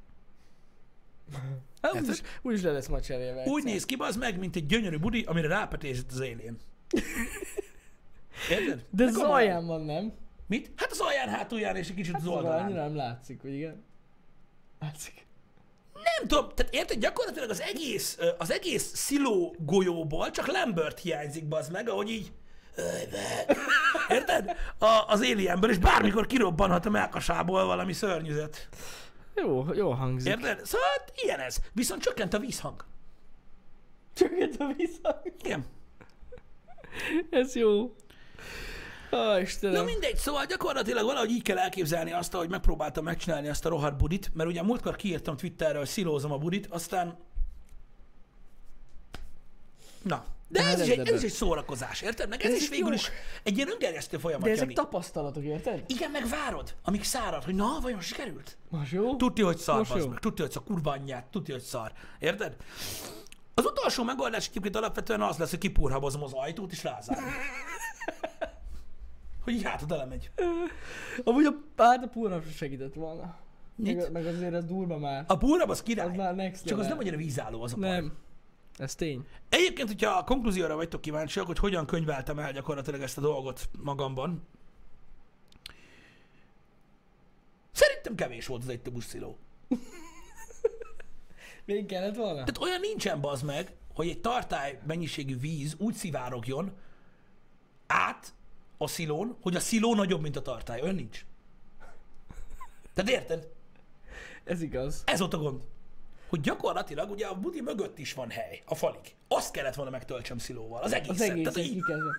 [SPEAKER 2] Hát, úgyis, úgyis le lesz ma cserélve.
[SPEAKER 1] Úgy néz ki, az meg, mint egy gyönyörű budi, amire rápetézett az élén. Érted?
[SPEAKER 2] De
[SPEAKER 1] Nekem olyan.
[SPEAKER 2] zaján van, nem?
[SPEAKER 1] Mit? Hát az alján, hátulján és egy kicsit az
[SPEAKER 2] Szóval
[SPEAKER 1] oldalán.
[SPEAKER 2] annyira nem látszik, hogy igen. Látszik.
[SPEAKER 1] Nem tudom, tehát érted, gyakorlatilag az egész, ö, az egész sziló golyóból csak Lambert hiányzik, bazd meg, ahogy így Öj, meg. Érted? A, az alienből, és bármikor kirobbanhat a melkasából valami szörnyűzet.
[SPEAKER 2] Jó, jó hangzik.
[SPEAKER 1] Érted? Szóval hát ilyen ez. Viszont csökkent a vízhang.
[SPEAKER 2] Csökkent a visszhang.
[SPEAKER 1] Igen.
[SPEAKER 2] Ez jó. Á, Istenem.
[SPEAKER 1] Na mindegy, szóval gyakorlatilag valahogy így kell elképzelni azt, hogy megpróbáltam megcsinálni azt a rohadt budit, mert ugye múltkor kiírtam Twitterről, hogy szilózom a budit, aztán... Na, de ez,
[SPEAKER 2] Hát
[SPEAKER 1] is
[SPEAKER 2] ez
[SPEAKER 1] egy, ez
[SPEAKER 2] ebben.
[SPEAKER 1] is egy szórakozás, érted? Meg ez,
[SPEAKER 2] De
[SPEAKER 1] ez
[SPEAKER 2] ez
[SPEAKER 1] is
[SPEAKER 2] egy
[SPEAKER 1] végül
[SPEAKER 2] jó-
[SPEAKER 1] is egy ilyen öngerjesztő folyamat,
[SPEAKER 2] De ezek
[SPEAKER 1] Jani.
[SPEAKER 2] tapasztalatok, érted?
[SPEAKER 1] Igen, meg várod, amíg szárad, hogy na, vajon sikerült?
[SPEAKER 2] Most jó?
[SPEAKER 1] Tudja, hogy szar,
[SPEAKER 2] Most
[SPEAKER 1] bazd
[SPEAKER 2] jó.
[SPEAKER 1] meg. Tudja, hogy szar, kurva anyját, tudja, hogy szar. Érted? Az utolsó megoldás egyébként alapvetően az lesz, hogy kipurhabozom az ajtót és rázárom. hogy így hátad elemegy.
[SPEAKER 2] Amúgy a, hát a púrnap sem segített volna.
[SPEAKER 1] Mit?
[SPEAKER 2] Meg, meg azért az durva már.
[SPEAKER 1] A búrab az király.
[SPEAKER 2] Az már
[SPEAKER 1] Csak
[SPEAKER 2] next
[SPEAKER 1] az
[SPEAKER 2] level.
[SPEAKER 1] nem annyira vízálló az a baj.
[SPEAKER 2] Nem. Ez tény.
[SPEAKER 1] Egyébként, hogyha a konklúzióra vagytok kíváncsiak, hogy hogyan könyveltem el gyakorlatilag ezt a dolgot magamban, szerintem kevés volt az egy több sziló.
[SPEAKER 2] Még kellett volna?
[SPEAKER 1] Tehát olyan nincsen bazd meg, hogy egy tartály mennyiségű víz úgy szivárogjon át a szilón, hogy a sziló nagyobb, mint a tartály. Olyan nincs. Tehát érted?
[SPEAKER 2] Ez igaz.
[SPEAKER 1] Ez ott a gond. Hogy gyakorlatilag ugye a budi mögött is van hely, a falig. Azt kellett volna megtöltsem szilóval, az egészet.
[SPEAKER 2] Az egész
[SPEAKER 1] Tehát,
[SPEAKER 2] egy
[SPEAKER 1] így,
[SPEAKER 2] kikezdve.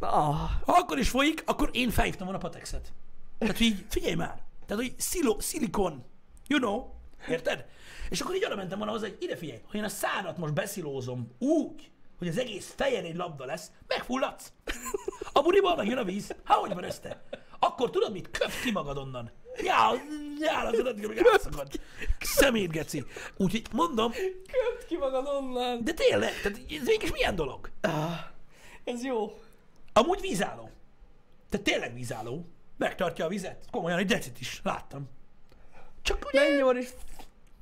[SPEAKER 2] Ah,
[SPEAKER 1] ha akkor is folyik, akkor én felhívtam volna a patexet. Tehát így, figyelj már! Tehát, hogy szilo, szilikon, you know, érted? És akkor így arra mentem volna hozzá, hogy ide figyelj, ha én a szádat most beszilózom úgy, hogy az egész fejed egy labda lesz, megfulladsz. A buriban jön a víz, hát hogy van este? Akkor tudod mit? Köp ki magad onnan. Jál, jál az addig, amíg átszakad. Szemét, geci. Úgyhogy mondom,
[SPEAKER 2] köpt ki magad onnan. Ah.
[SPEAKER 1] de tényleg, tehát ez mégis milyen dolog?
[SPEAKER 2] Ez jó.
[SPEAKER 1] Amúgy vízálló. Tehát tényleg vízálló. Megtartja a vizet. Komolyan egy decit is. Láttam. Csak ugye
[SPEAKER 2] Mennyomor is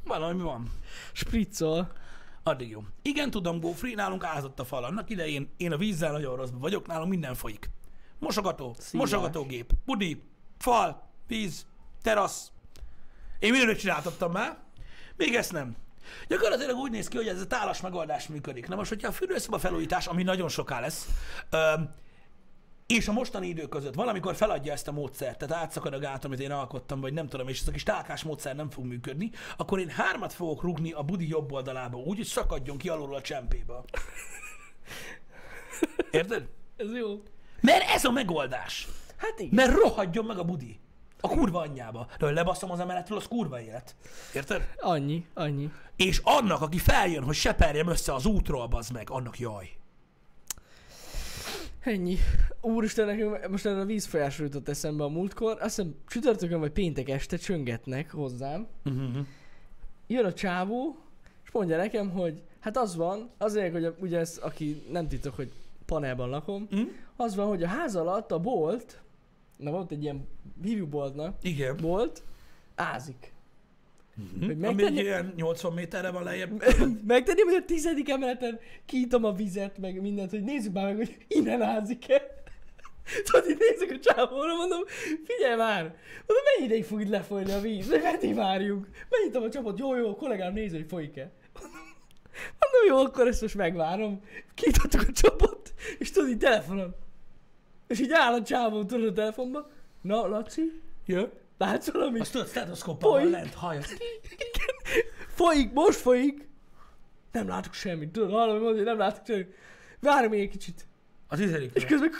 [SPEAKER 1] valami van.
[SPEAKER 2] spriccol.
[SPEAKER 1] Addig jó. Igen, tudom, Gófri, nálunk ázott a fal. Annak idején én a vízzel nagyon rosszban vagyok, nálunk minden folyik. Mosogató,
[SPEAKER 2] Szívás.
[SPEAKER 1] mosogatógép, budi, fal, víz, terasz. Én mindent csináltattam már, még ezt nem. Gyakorlatilag úgy néz ki, hogy ez a tálas megoldás működik. Na most, hogyha a fürdőszoba felújítás, ami nagyon soká lesz, öm, és a mostani idő között valamikor feladja ezt a módszert, tehát átszakad a gát, amit én alkottam, vagy nem tudom, és ez a kis tálkás módszer nem fog működni, akkor én hármat fogok rugni a budi jobb oldalába, úgy, hogy szakadjon ki alulról a csempéből. Érted?
[SPEAKER 2] Ez jó.
[SPEAKER 1] Mert ez a megoldás.
[SPEAKER 2] Hát igen.
[SPEAKER 1] Mert rohadjon meg a budi. A kurva anyjába. De hogy lebaszom az emeletről, az kurva élet. Érted?
[SPEAKER 2] Annyi, annyi.
[SPEAKER 1] És annak, aki feljön, hogy seperjem össze az útról, bazd meg, annak jaj.
[SPEAKER 2] Ennyi. Úristen, nekünk most erre a vízfolyásról jutott eszembe a múltkor. Azt hiszem csütörtökön vagy péntek este csöngetnek hozzám. Jön a csávó, és mondja nekem, hogy hát az van, azért, hogy a- ugye ez, aki nem titok, hogy panelban lakom,
[SPEAKER 1] Mm?
[SPEAKER 2] az van, hogy a ház alatt a bolt, na volt egy ilyen hívjuk boltnak,
[SPEAKER 1] Igen.
[SPEAKER 2] bolt, ázik. Hogy
[SPEAKER 1] Hm? Ami egy
[SPEAKER 2] megtenni-
[SPEAKER 1] ilyen 80 méterre van lejjebb.
[SPEAKER 2] Megtenném, hogy a tizedik emeleten kiítom a vizet, meg mindent, hogy nézzük már meg, hogy innen ázik-e. Tudod, így nézzük a csávóra, mondom, figyelj már, mondom, mennyi ideig fog itt lefolyni a víz, meddig várjunk. Megnyitom a csapot, jó, jó, a kollégám nézi, hogy folyik-e. Mondom, jó, akkor ezt most megvárom. Kinyitottuk a csapot, és tudod, így telefonon. És így áll a csávó, tudod, a telefonba. Na, Laci,
[SPEAKER 1] Jö.
[SPEAKER 2] látsz valamit?
[SPEAKER 1] Azt tudod, stetoszkóppal van
[SPEAKER 2] Folyik.
[SPEAKER 1] lent, haj, az-
[SPEAKER 2] Igen. Folyik, most folyik. Nem látok semmit, tudod, hallom, hogy nem látok semmit. Várj még egy kicsit.
[SPEAKER 1] Az tizedik.
[SPEAKER 2] És közben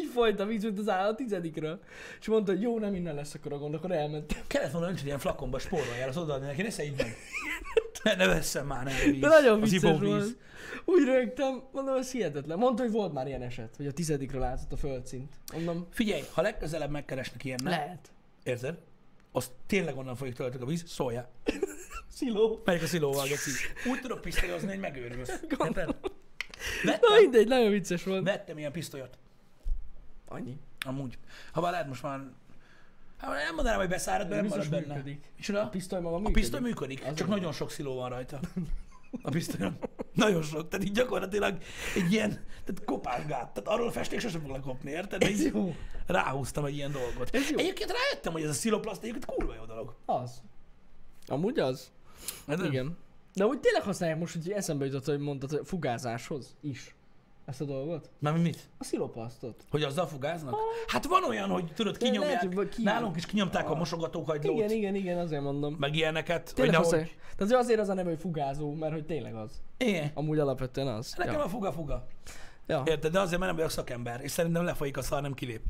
[SPEAKER 2] így folyt a víz, mint az áll a tizedikről. És mondta, hogy jó, nem innen lesz akkor a gond, akkor elmentem.
[SPEAKER 1] Kellett volna önteni ilyen flakonba, spóroljál, az odaadni neki, ne szedj meg. Ne, ne vesszem már, nem víz.
[SPEAKER 2] De nagyon
[SPEAKER 1] az
[SPEAKER 2] vicces volt. Úgy rögtem, mondom, ez hihetetlen. Mondta, hogy volt már ilyen eset, hogy a tizedikről látszott a földszint. Mondom,
[SPEAKER 1] Figyelj, ha legközelebb megkeresnek ilyennel,
[SPEAKER 2] lehet.
[SPEAKER 1] érted? Azt tényleg onnan folyik töltök a víz, szóljál.
[SPEAKER 2] Sziló.
[SPEAKER 1] Megyek a szilóval, geci. Úgy tudok pisztolyozni, hogy megőrülsz. Érted?
[SPEAKER 2] Na
[SPEAKER 1] Vettem,
[SPEAKER 2] mindegy, nagyon vicces volt.
[SPEAKER 1] vettem ilyen pisztolyot.
[SPEAKER 2] Annyi.
[SPEAKER 1] Amúgy. Ha bár lehet most már... Hát már nem mondanám, hogy beszárad, mert nem marad
[SPEAKER 2] Biztos
[SPEAKER 1] benne.
[SPEAKER 2] működik.
[SPEAKER 1] Micsoda?
[SPEAKER 2] A pisztoly maga
[SPEAKER 1] A
[SPEAKER 2] működik.
[SPEAKER 1] pisztoly működik,
[SPEAKER 2] Az
[SPEAKER 1] csak
[SPEAKER 2] jó.
[SPEAKER 1] nagyon sok sziló van rajta. A pisztolyon. Nagyon sok. Tehát így gyakorlatilag egy ilyen tehát kopásgát. Tehát arról a festék sosem foglak kopni, érted? De
[SPEAKER 2] Ez
[SPEAKER 1] így
[SPEAKER 2] jó.
[SPEAKER 1] ráhúztam egy ilyen dolgot.
[SPEAKER 2] Ez jó.
[SPEAKER 1] Egyébként rájöttem, hogy ez a sziloplaszt egyébként kurva jó dolog.
[SPEAKER 2] Az. Amúgy az.
[SPEAKER 1] Érted?
[SPEAKER 2] Hát, Igen. De úgy tényleg használják most, hogy eszembe jutott, hogy mondtad, hogy fugázáshoz is. Ezt a dolgot?
[SPEAKER 1] Már mit?
[SPEAKER 2] A szilopasztot.
[SPEAKER 1] Hogy azzal fugáznak? Hát van olyan, hogy tudod,
[SPEAKER 2] Ah. De lehet,
[SPEAKER 1] kinyomják.
[SPEAKER 2] hogy vagy ki- Ah.
[SPEAKER 1] Nálunk is kinyomták a mosogatókagylót.
[SPEAKER 2] Igen, igen, igen, azért mondom.
[SPEAKER 1] Meg ilyeneket. hogy
[SPEAKER 2] Tényleg
[SPEAKER 1] nehogy-
[SPEAKER 2] használják. Tehát azért az a neve, hogy fugázó, mert hogy tényleg az.
[SPEAKER 1] Igen.
[SPEAKER 2] Amúgy alapvetően az.
[SPEAKER 1] Hát Nekem
[SPEAKER 2] ja.
[SPEAKER 1] a fuga-fuga.
[SPEAKER 2] ja.
[SPEAKER 1] Érted? De azért, mert nem vagyok szakember, és szerintem lefolyik a szar, nem kilép.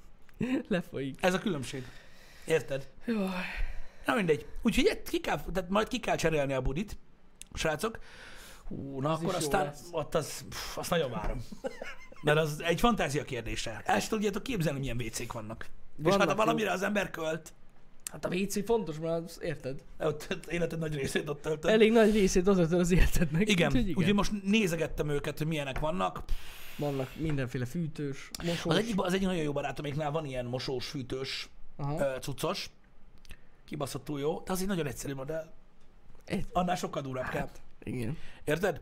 [SPEAKER 2] lefolyik. Hát
[SPEAKER 1] Ez a különbség. Érted?
[SPEAKER 2] Jaj.
[SPEAKER 1] Na mindegy. Úgyhogy ezt ki kell, tehát majd ki kell cserélni a budit, srácok. Hú, na akkor
[SPEAKER 2] is jó
[SPEAKER 1] aztán
[SPEAKER 2] lesz.
[SPEAKER 1] ott az, pff, azt nagyon várom. Mert az egy fantázia kérdése. El sem tudjátok képzelni, milyen WC-k vannak. vannak. És
[SPEAKER 2] Vannak,
[SPEAKER 1] hát ha
[SPEAKER 2] jó.
[SPEAKER 1] valamire az ember költ,
[SPEAKER 2] Hát a WC fontos, mert az, érted?
[SPEAKER 1] ott ott életed nagy részét ott töltöd.
[SPEAKER 2] Elég nagy részét az az életednek.
[SPEAKER 1] Igen,
[SPEAKER 2] Úgyhogy
[SPEAKER 1] úgyhogy
[SPEAKER 2] igen.
[SPEAKER 1] most nézegettem őket, hogy milyenek vannak.
[SPEAKER 2] Vannak mindenféle fűtős, mosós.
[SPEAKER 1] Az egyik, az egyik nagyon jó barátomiknál van ilyen mosós, fűtős,
[SPEAKER 2] Aha.
[SPEAKER 1] ö, cuccos. Kibaszott túl jó, de az egy nagyon egyszerű modell.
[SPEAKER 2] Egy- Hát,
[SPEAKER 1] Annál sokkal durább kell.
[SPEAKER 2] Igen.
[SPEAKER 1] Érted?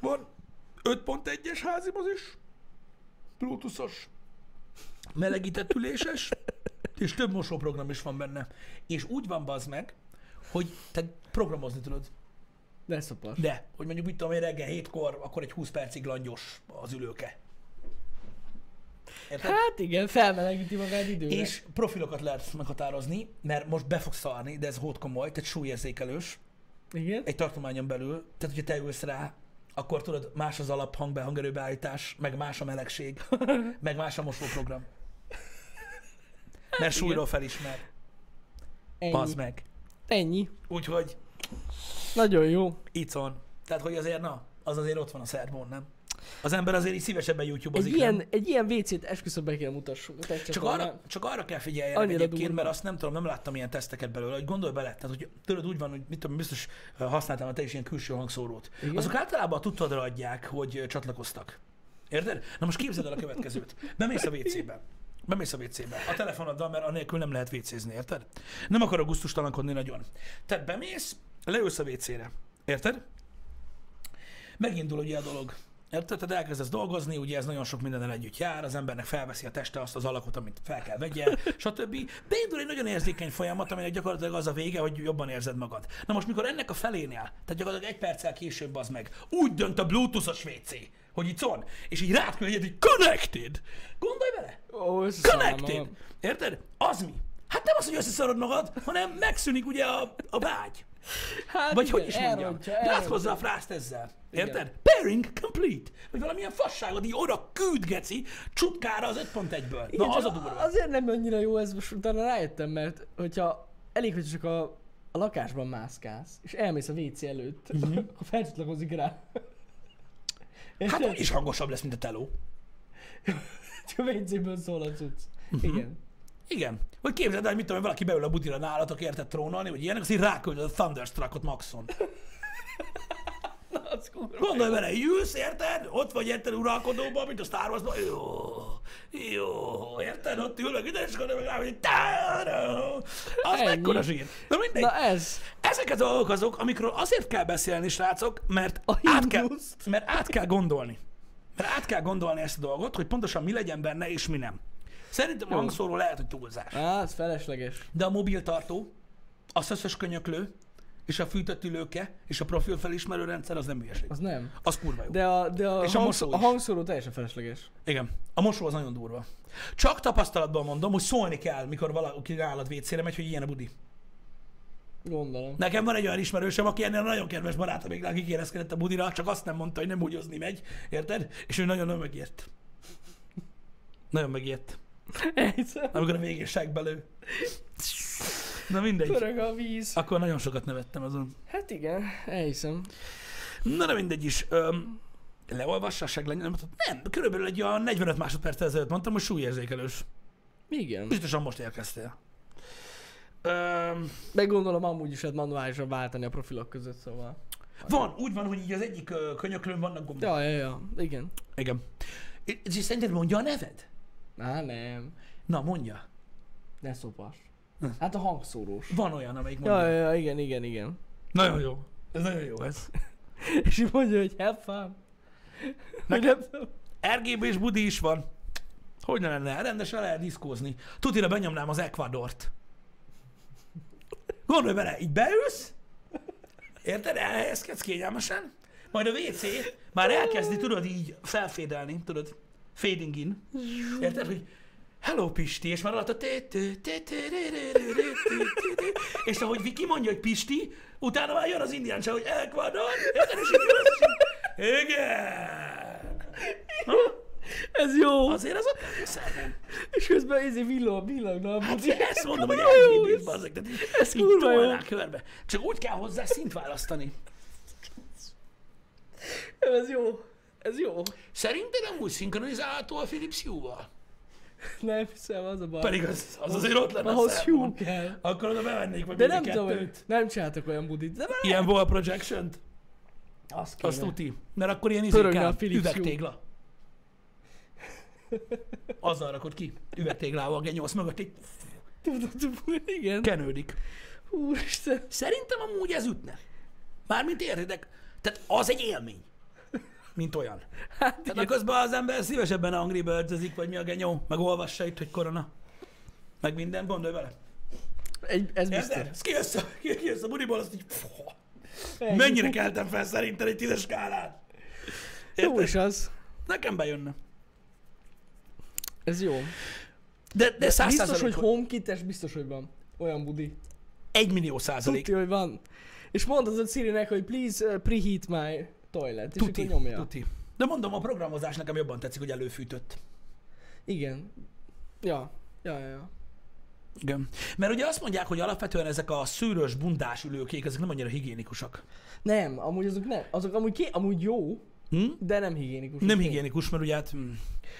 [SPEAKER 1] Van 5.1-es házimozis, bluetoothos, melegített üléses, és több mosóprogram is van benne. És úgy van bazd meg, hogy te programozni tudod.
[SPEAKER 2] De szopás.
[SPEAKER 1] De, hogy mondjuk mit tudom én reggel hétkor, akkor egy 20 percig langyos az ülőke. Érted?
[SPEAKER 2] Hát igen, felmelegíti magát időre.
[SPEAKER 1] És profilokat lehet meghatározni, mert most be fogsz szarni, de ez hót komoly, tehát súlyérzékelős,
[SPEAKER 2] Igen.
[SPEAKER 1] egy tartományon belül, tehát hogyha te ülsz rá, akkor tudod, más az alaphang, behangerő beállítás, meg más a melegség, meg más a mosóprogram. Mert súlyról felismer,
[SPEAKER 2] Ennyi.
[SPEAKER 1] bazd meg.
[SPEAKER 2] Ennyi.
[SPEAKER 1] Úgyhogy
[SPEAKER 2] Nagyon jó.
[SPEAKER 1] icon. Tehát, hogy azért na, az azért ott van a szerbón, nem? Az ember azért így szívesebben
[SPEAKER 2] Egy
[SPEAKER 1] YouTube-ozik, nem?
[SPEAKER 2] ilyen, egy ilyen WC-t esküszöm be kell mutassunk.
[SPEAKER 1] Csak arra, csak arra kell figyeljenek
[SPEAKER 2] Annyira
[SPEAKER 1] egyébként,
[SPEAKER 2] durva.
[SPEAKER 1] mert azt nem tudom, nem láttam ilyen teszteket belőle, hogy gondolj bele, tehát hogy tőled úgy van, hogy mit tudom, biztos eh, használtál már te is ilyen külső hangszórót. Igen? Azok általában a tudtadra adják, hogy eh, csatlakoztak. Érted? Na most képzeld el a következőt. Bemész a WC-be. Bemész a WC-be. A telefonoddal, mert anélkül nem lehet WC-zni, érted? Nem akarok gusztustalankodni nagyon. Tehát bemész, leülsz a WC-re. Érted? megindul ugye a dolog. Érted? Tehát elkezdesz dolgozni, ugye ez nagyon sok mindennel együtt jár, az embernek felveszi a teste azt az alakot, amit fel kell vegye, stb. Beindul egy nagyon érzékeny folyamat, aminek gyakorlatilag az a vége, hogy jobban érzed magad. Na most, mikor ennek a felénél, tehát gyakorlatilag egy perccel később az meg, úgy dönt a Bluetooth-os WC, hogy itt van, és így rád küld egyet, hogy connected. Gondolj bele!
[SPEAKER 2] Ó,
[SPEAKER 1] Connected! Érted? Az mi? Hát nem az, hogy összeszarod magad, hanem megszűnik ugye a, a vágy.
[SPEAKER 2] Hát
[SPEAKER 1] Vagy
[SPEAKER 2] igen,
[SPEAKER 1] hogy is mondjam?
[SPEAKER 2] elrontja,
[SPEAKER 1] Rász
[SPEAKER 2] elrontja.
[SPEAKER 1] hozzá a frászt ezzel. Érted? Pairing complete. Vagy valamilyen fasságot így oda küld, geci, csutkára az 5.1-ből.
[SPEAKER 2] Igen,
[SPEAKER 1] Na, az a
[SPEAKER 2] csak
[SPEAKER 1] durva.
[SPEAKER 2] Azért nem annyira jó ez, most utána rájöttem, mert hogyha elég, hogy csak a, a lakásban mászkálsz, és elmész a WC előtt,
[SPEAKER 1] Mhm.
[SPEAKER 2] mm-hmm. akkor felcsatlakozik rá. És
[SPEAKER 1] Hát
[SPEAKER 2] nem
[SPEAKER 1] úgy is hangosabb lesz, mint a teló.
[SPEAKER 2] csak a WC-ből szól a cucc.
[SPEAKER 1] Mhm.
[SPEAKER 2] Igen.
[SPEAKER 1] Igen. Hogy képzeld el, hogy mit tudom, én, valaki beül a budira nálatok, érted trónolni, vagy ilyenek, azt így ráküldöd a Thunderstruckot Maxon.
[SPEAKER 2] Na, az kurva.
[SPEAKER 1] Gondolj bele, így ülsz, érted? Ott vagy, érted, uralkodóban, mint a Star Wars-ban. Jó, jó, érted? Ott ül meg ide, és akkor meg rá, hogy táró. Az
[SPEAKER 2] Ennyi.
[SPEAKER 1] mekkora zsír. Na mindegy.
[SPEAKER 2] Na ez.
[SPEAKER 1] Ezek a dolgok azok, amikről azért kell beszélni, srácok, mert
[SPEAKER 2] A
[SPEAKER 1] át kell,
[SPEAKER 2] himnuszt.
[SPEAKER 1] mert át kell gondolni. Mert át kell gondolni ezt a dolgot, hogy pontosan mi legyen benne és mi nem. Szerintem a hangszóró lehet, hogy túlzás.
[SPEAKER 2] Á, hát, ez felesleges.
[SPEAKER 1] De a mobiltartó, a szöszös könyöklő, és a fűtött ülőke, és a profilfelismerő rendszer az nem hülyeség.
[SPEAKER 2] Az nem.
[SPEAKER 1] Az kurva jó.
[SPEAKER 2] De a, de a,
[SPEAKER 1] És a
[SPEAKER 2] hangsz-
[SPEAKER 1] mosó
[SPEAKER 2] a
[SPEAKER 1] is.
[SPEAKER 2] hangszóró teljesen felesleges.
[SPEAKER 1] Igen. A mosó az nagyon durva. Csak tapasztalatban mondom, hogy szólni kell, mikor valaki nálad vécére megy, hogy ilyen a budi.
[SPEAKER 2] Gondolom.
[SPEAKER 1] Nekem van egy olyan ismerősöm, aki ennél a nagyon kedves barátom, még kikérezkedett a budira, csak azt nem mondta, hogy nem bugyozni megy, érted? És ő nagyon megijedt. Nagyon megijedt.
[SPEAKER 2] Egyszer.
[SPEAKER 1] Amikor a végén belő. Na mindegy.
[SPEAKER 2] Pörög a víz.
[SPEAKER 1] Akkor nagyon sokat nevettem azon.
[SPEAKER 2] Hát igen, elhiszem.
[SPEAKER 1] Na de mindegy is. Öm, leolvassa a segleny, nem, tudod? nem, körülbelül egy olyan 45 másodperccel ezelőtt mondtam, hogy súlyérzékelős.
[SPEAKER 2] Igen.
[SPEAKER 1] Biztosan most érkeztél. Öm,
[SPEAKER 2] Meg gondolom amúgy is lehet manuálisan váltani a profilok között, szóval.
[SPEAKER 1] van, úgy van, hogy így az egyik ö, könyöklőn vannak gombok.
[SPEAKER 2] Ja, ja, ja, igen.
[SPEAKER 1] Igen. És- És szerinted mondja a neved?
[SPEAKER 2] Á, nem.
[SPEAKER 1] Na, mondja.
[SPEAKER 2] Ne szopas. Hát a hangszórós.
[SPEAKER 1] Van olyan, amelyik mondja.
[SPEAKER 2] Ja, ja, ja, igen, igen, igen.
[SPEAKER 1] Nagyon jó. Ez nagyon jó ez.
[SPEAKER 2] És így mondja, hogy have fun. Hogy nem tudom.
[SPEAKER 1] RGB és Budi is van. Hogy ne lenne? Rendesen lehet diszkózni. Tutira benyomnám az Ecuadort. Gondolj bele, így beülsz, érted? Elhelyezkedsz kényelmesen, majd a WC már elkezdi, tudod, így felfédelni, tudod, fading in. Érted, hogy Hello Pisti, és már alatt a tét, tét, tét, tét, tét, tét, tét, tét. és ahogy Viki mondja, hogy Pisti, utána már jön az indián se, hogy Ecuador, érted, és így ülsz, és így, igen.
[SPEAKER 2] Ez jó.
[SPEAKER 1] Azért az ott nem hiszem.
[SPEAKER 2] És közben ez villog, villog, na,
[SPEAKER 1] Hát én ezt mondom, hogy
[SPEAKER 2] Kurva jó
[SPEAKER 1] elhívjuk,
[SPEAKER 2] ez.
[SPEAKER 1] bazzeg. Tehát így,
[SPEAKER 2] Ez
[SPEAKER 1] így
[SPEAKER 2] kurva jó.
[SPEAKER 1] tolnák körbe. Csak úgy kell hozzá szint választani.
[SPEAKER 2] ez jó. Ez jó.
[SPEAKER 1] Szerinted nem úgy szinkronizálható a Philips Hue-val?
[SPEAKER 2] Nem hiszem, az a baj.
[SPEAKER 1] Pedig az, az azért ott lenne. a
[SPEAKER 2] Ahhoz
[SPEAKER 1] számon.
[SPEAKER 2] Hugh kell.
[SPEAKER 1] Akkor oda bevennék meg
[SPEAKER 2] De
[SPEAKER 1] mind a
[SPEAKER 2] nem tudom, hogy
[SPEAKER 1] kettőt.
[SPEAKER 2] nem csináltak olyan budit, de már
[SPEAKER 1] Ilyen volt a projection
[SPEAKER 2] azt
[SPEAKER 1] Azt
[SPEAKER 2] kéne.
[SPEAKER 1] tuti. Mert akkor ilyen
[SPEAKER 2] Pörögne
[SPEAKER 1] izékkel,
[SPEAKER 2] a Philips Hue.
[SPEAKER 1] üvegtégla. Azzal rakod ki, üvegtéglával, genyolsz mögött, így
[SPEAKER 2] Igen.
[SPEAKER 1] kenődik.
[SPEAKER 2] Úristen.
[SPEAKER 1] Szerintem amúgy ez ütne. Mármint értitek, Tehát az egy élmény, mint olyan.
[SPEAKER 2] Hát
[SPEAKER 1] Tehát a közben az ember szívesebben Angry birds vagy mi a genyó, meg olvassa itt, hogy korona. Meg minden, gondolj bele.
[SPEAKER 2] Egy, ez biztos.
[SPEAKER 1] Érted? Ez kijössz, a- ki- kijössz a buliból, azt így... Fú,
[SPEAKER 2] Egy-
[SPEAKER 1] mennyire keltem fel szerinted egy tízes skálán?
[SPEAKER 2] Jó
[SPEAKER 1] Érted?
[SPEAKER 2] is az.
[SPEAKER 1] Nekem bejönne.
[SPEAKER 2] Ez jó.
[SPEAKER 1] De, de száz
[SPEAKER 2] Biztos, hogy
[SPEAKER 1] százalék,
[SPEAKER 2] homekites biztos, hogy van. Olyan budi.
[SPEAKER 1] egy millió százalék.
[SPEAKER 2] Tudja, hogy van. És mondod a Siri-nek, hogy please uh, preheat my toilet. És
[SPEAKER 1] Tuti,
[SPEAKER 2] akkor nyomja.
[SPEAKER 1] tuti. De mondom, a programozás nekem jobban tetszik, hogy előfűtött.
[SPEAKER 2] Igen. Ja. Ja, ja, ja.
[SPEAKER 1] Igen. Mert ugye azt mondják, hogy alapvetően ezek a szűrös, bundás ülőkék, ezek nem annyira higiénikusak.
[SPEAKER 2] Nem, amúgy azok nem. Azok amúgy, ki, amúgy jó,
[SPEAKER 1] Hm?
[SPEAKER 2] de nem higiénikus.
[SPEAKER 1] Nem higiénikus, mert ugye hát... Hm.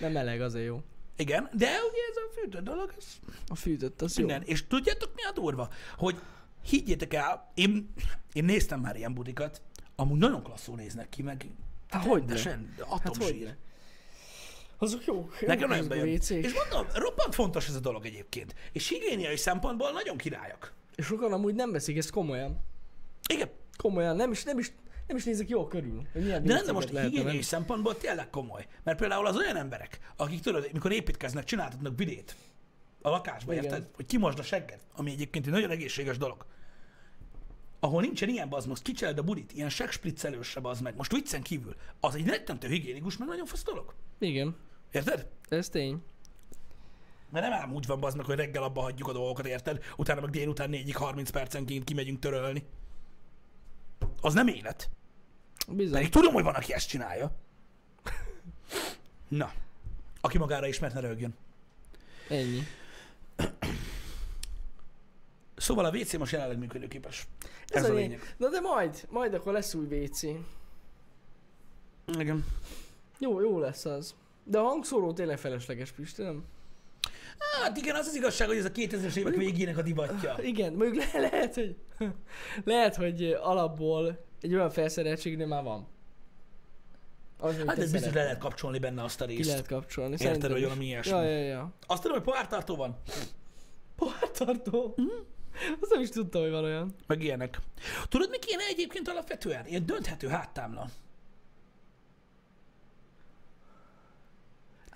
[SPEAKER 2] Nem meleg, azért jó.
[SPEAKER 1] Igen, de ugye ez a fűtött dolog, ez
[SPEAKER 2] A fűtött, az jó.
[SPEAKER 1] minden. És tudjátok mi a durva? Hogy higgyétek el, én, én néztem már ilyen budikat, amúgy nagyon klasszul néznek ki, meg
[SPEAKER 2] Hát hogy ne?
[SPEAKER 1] rendesen,
[SPEAKER 2] Hát hogy
[SPEAKER 1] atomsír.
[SPEAKER 2] ne? Azok jók.
[SPEAKER 1] Nekem
[SPEAKER 2] jók
[SPEAKER 1] nagyon
[SPEAKER 2] azok a
[SPEAKER 1] bejön.
[SPEAKER 2] vécék.
[SPEAKER 1] És mondom, roppant fontos ez a dolog egyébként. És higiéniai szempontból nagyon királyak.
[SPEAKER 2] És sokan amúgy nem veszik ezt komolyan.
[SPEAKER 1] Igen,
[SPEAKER 2] Komolyan, nem is, nem is, nem is nézek jól körül. Hogy milyen
[SPEAKER 1] de nem, de
[SPEAKER 2] vécéket
[SPEAKER 1] most
[SPEAKER 2] lehetne
[SPEAKER 1] higiéniai
[SPEAKER 2] venni.
[SPEAKER 1] szempontból tényleg komoly. Mert például az olyan emberek, akik tudod, mikor építkeznek, csináltatnak bidét a lakásba,
[SPEAKER 2] Igen.
[SPEAKER 1] érted? Hogy kimosd a segged, ami egyébként egy nagyon egészséges dolog. Ahol nincsen ilyen bazd, most kicseled a budit, ilyen seggspriccelőse bazd meg, most viccen kívül, az egy rettentő higiénikus, meg nagyon fasz dolog.
[SPEAKER 2] Igen,
[SPEAKER 1] Érted?
[SPEAKER 2] ez tény.
[SPEAKER 1] Mert nem ám úgy van bazd meg, hogy reggel abba hagyjuk a dolgokat, érted? Utána meg délután 4-ig 30 percenként kimegyünk törölni. Az nem élet.
[SPEAKER 2] Bizony.
[SPEAKER 1] Pedig tudom, hogy van, aki ezt csinálja. Na. Aki magára ismert, ne rögjön.
[SPEAKER 2] Ennyi.
[SPEAKER 1] Szóval a WC most jelenleg működőképes.
[SPEAKER 2] Ez,
[SPEAKER 1] Ez a lényeg.
[SPEAKER 2] Na de majd, majd akkor lesz új WC.
[SPEAKER 1] Igen.
[SPEAKER 2] Jó, jó lesz az. De a hangszóró tényleg felesleges, Pisti, nem?
[SPEAKER 1] Hát igen, az az igazság, hogy ez a 2000-es évek végének a divatja.
[SPEAKER 2] Igen, mondjuk le- lehet, hogy lehet, hogy alapból egy olyan felszereltségnél már van. Az, amit
[SPEAKER 1] Hát
[SPEAKER 2] te
[SPEAKER 1] ez biztos
[SPEAKER 2] szeretnél.
[SPEAKER 1] le lehet kapcsolni benne azt a
[SPEAKER 2] Ki
[SPEAKER 1] részt.
[SPEAKER 2] lehet kapcsolni.
[SPEAKER 1] Érted,
[SPEAKER 2] szerintem
[SPEAKER 1] hogy
[SPEAKER 2] is.
[SPEAKER 1] valami ilyesmi.
[SPEAKER 2] Ja, ja, ja.
[SPEAKER 1] Azt tudom, hogy pohártartó van.
[SPEAKER 2] Pohártartó.
[SPEAKER 1] Mhm.
[SPEAKER 2] Azt nem is tudtam, hogy van olyan.
[SPEAKER 1] Meg ilyenek. Tudod, mi kéne egyébként alapvetően? Ilyen dönthető háttámla.
[SPEAKER 2] Á,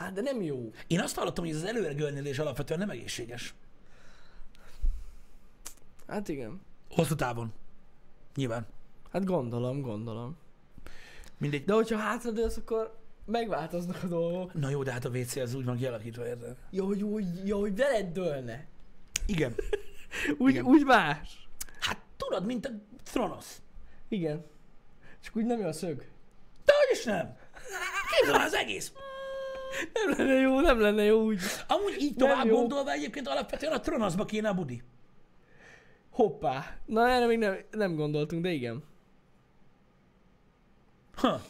[SPEAKER 2] Hát, de nem jó.
[SPEAKER 1] Én azt hallottam, hogy ez az előre görnyedés alapvetően nem egészséges.
[SPEAKER 2] Hát igen.
[SPEAKER 1] Hosszú távon. Nyilván.
[SPEAKER 2] Hát gondolom, gondolom.
[SPEAKER 1] Mindegy.
[SPEAKER 2] De hogyha hátradőlsz, akkor megváltoznak a dolgok.
[SPEAKER 1] Na jó, de hát a WC az úgy van kialakítva, érted?
[SPEAKER 2] Ja, hogy úgy, ja, hogy veled dőlne.
[SPEAKER 1] Igen.
[SPEAKER 2] Úgy,
[SPEAKER 1] Igen.
[SPEAKER 2] úgy más.
[SPEAKER 1] Hát tudod, mint a Thronos.
[SPEAKER 2] Igen. Csak úgy nem jó a szög.
[SPEAKER 1] De hogy is nem? Képzeld el az egész.
[SPEAKER 2] Nem lenne jó, nem lenne jó úgy.
[SPEAKER 1] Amúgy így
[SPEAKER 2] Nem
[SPEAKER 1] tovább
[SPEAKER 2] jó.
[SPEAKER 1] gondolva egyébként alapvetően a Tronoszba kéne a budi.
[SPEAKER 2] Hoppá. Na erre még nem, nem gondoltunk, de igen.
[SPEAKER 1] Ha.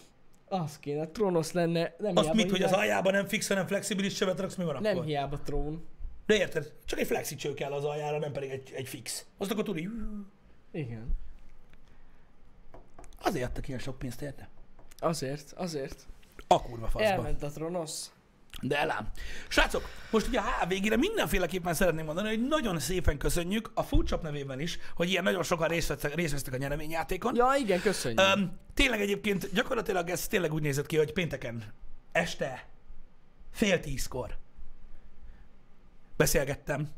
[SPEAKER 2] Az kéne, a Tronosz lenne. Nem
[SPEAKER 1] Azt
[SPEAKER 2] hiába
[SPEAKER 1] mit, hogy az
[SPEAKER 2] hívják-
[SPEAKER 1] aljában nem fix, hanem flexibilis csövet raksz, mi van
[SPEAKER 2] Nem
[SPEAKER 1] akkor?
[SPEAKER 2] hiába trón.
[SPEAKER 1] De érted? Csak egy flexi cső kell az aljára, nem pedig egy, egy fix. Azt akkor tudod, így-
[SPEAKER 2] Igen.
[SPEAKER 1] azért adtak ilyen sok pénzt, érted?
[SPEAKER 2] Azért, azért.
[SPEAKER 1] A kurva faszba.
[SPEAKER 2] Elment a Tronosz.
[SPEAKER 1] De elám. Srácok, most ugye a HVG-re mindenféleképpen szeretném mondani, hogy nagyon szépen köszönjük a Foodshop nevében is, hogy ilyen nagyon sokan részt vettek, részt vesztek a nyereményjátékon.
[SPEAKER 2] Ja, igen, köszönjük.
[SPEAKER 1] Öm, tényleg egyébként, gyakorlatilag ez tényleg úgy nézett ki, hogy pénteken este fél tízkor beszélgettem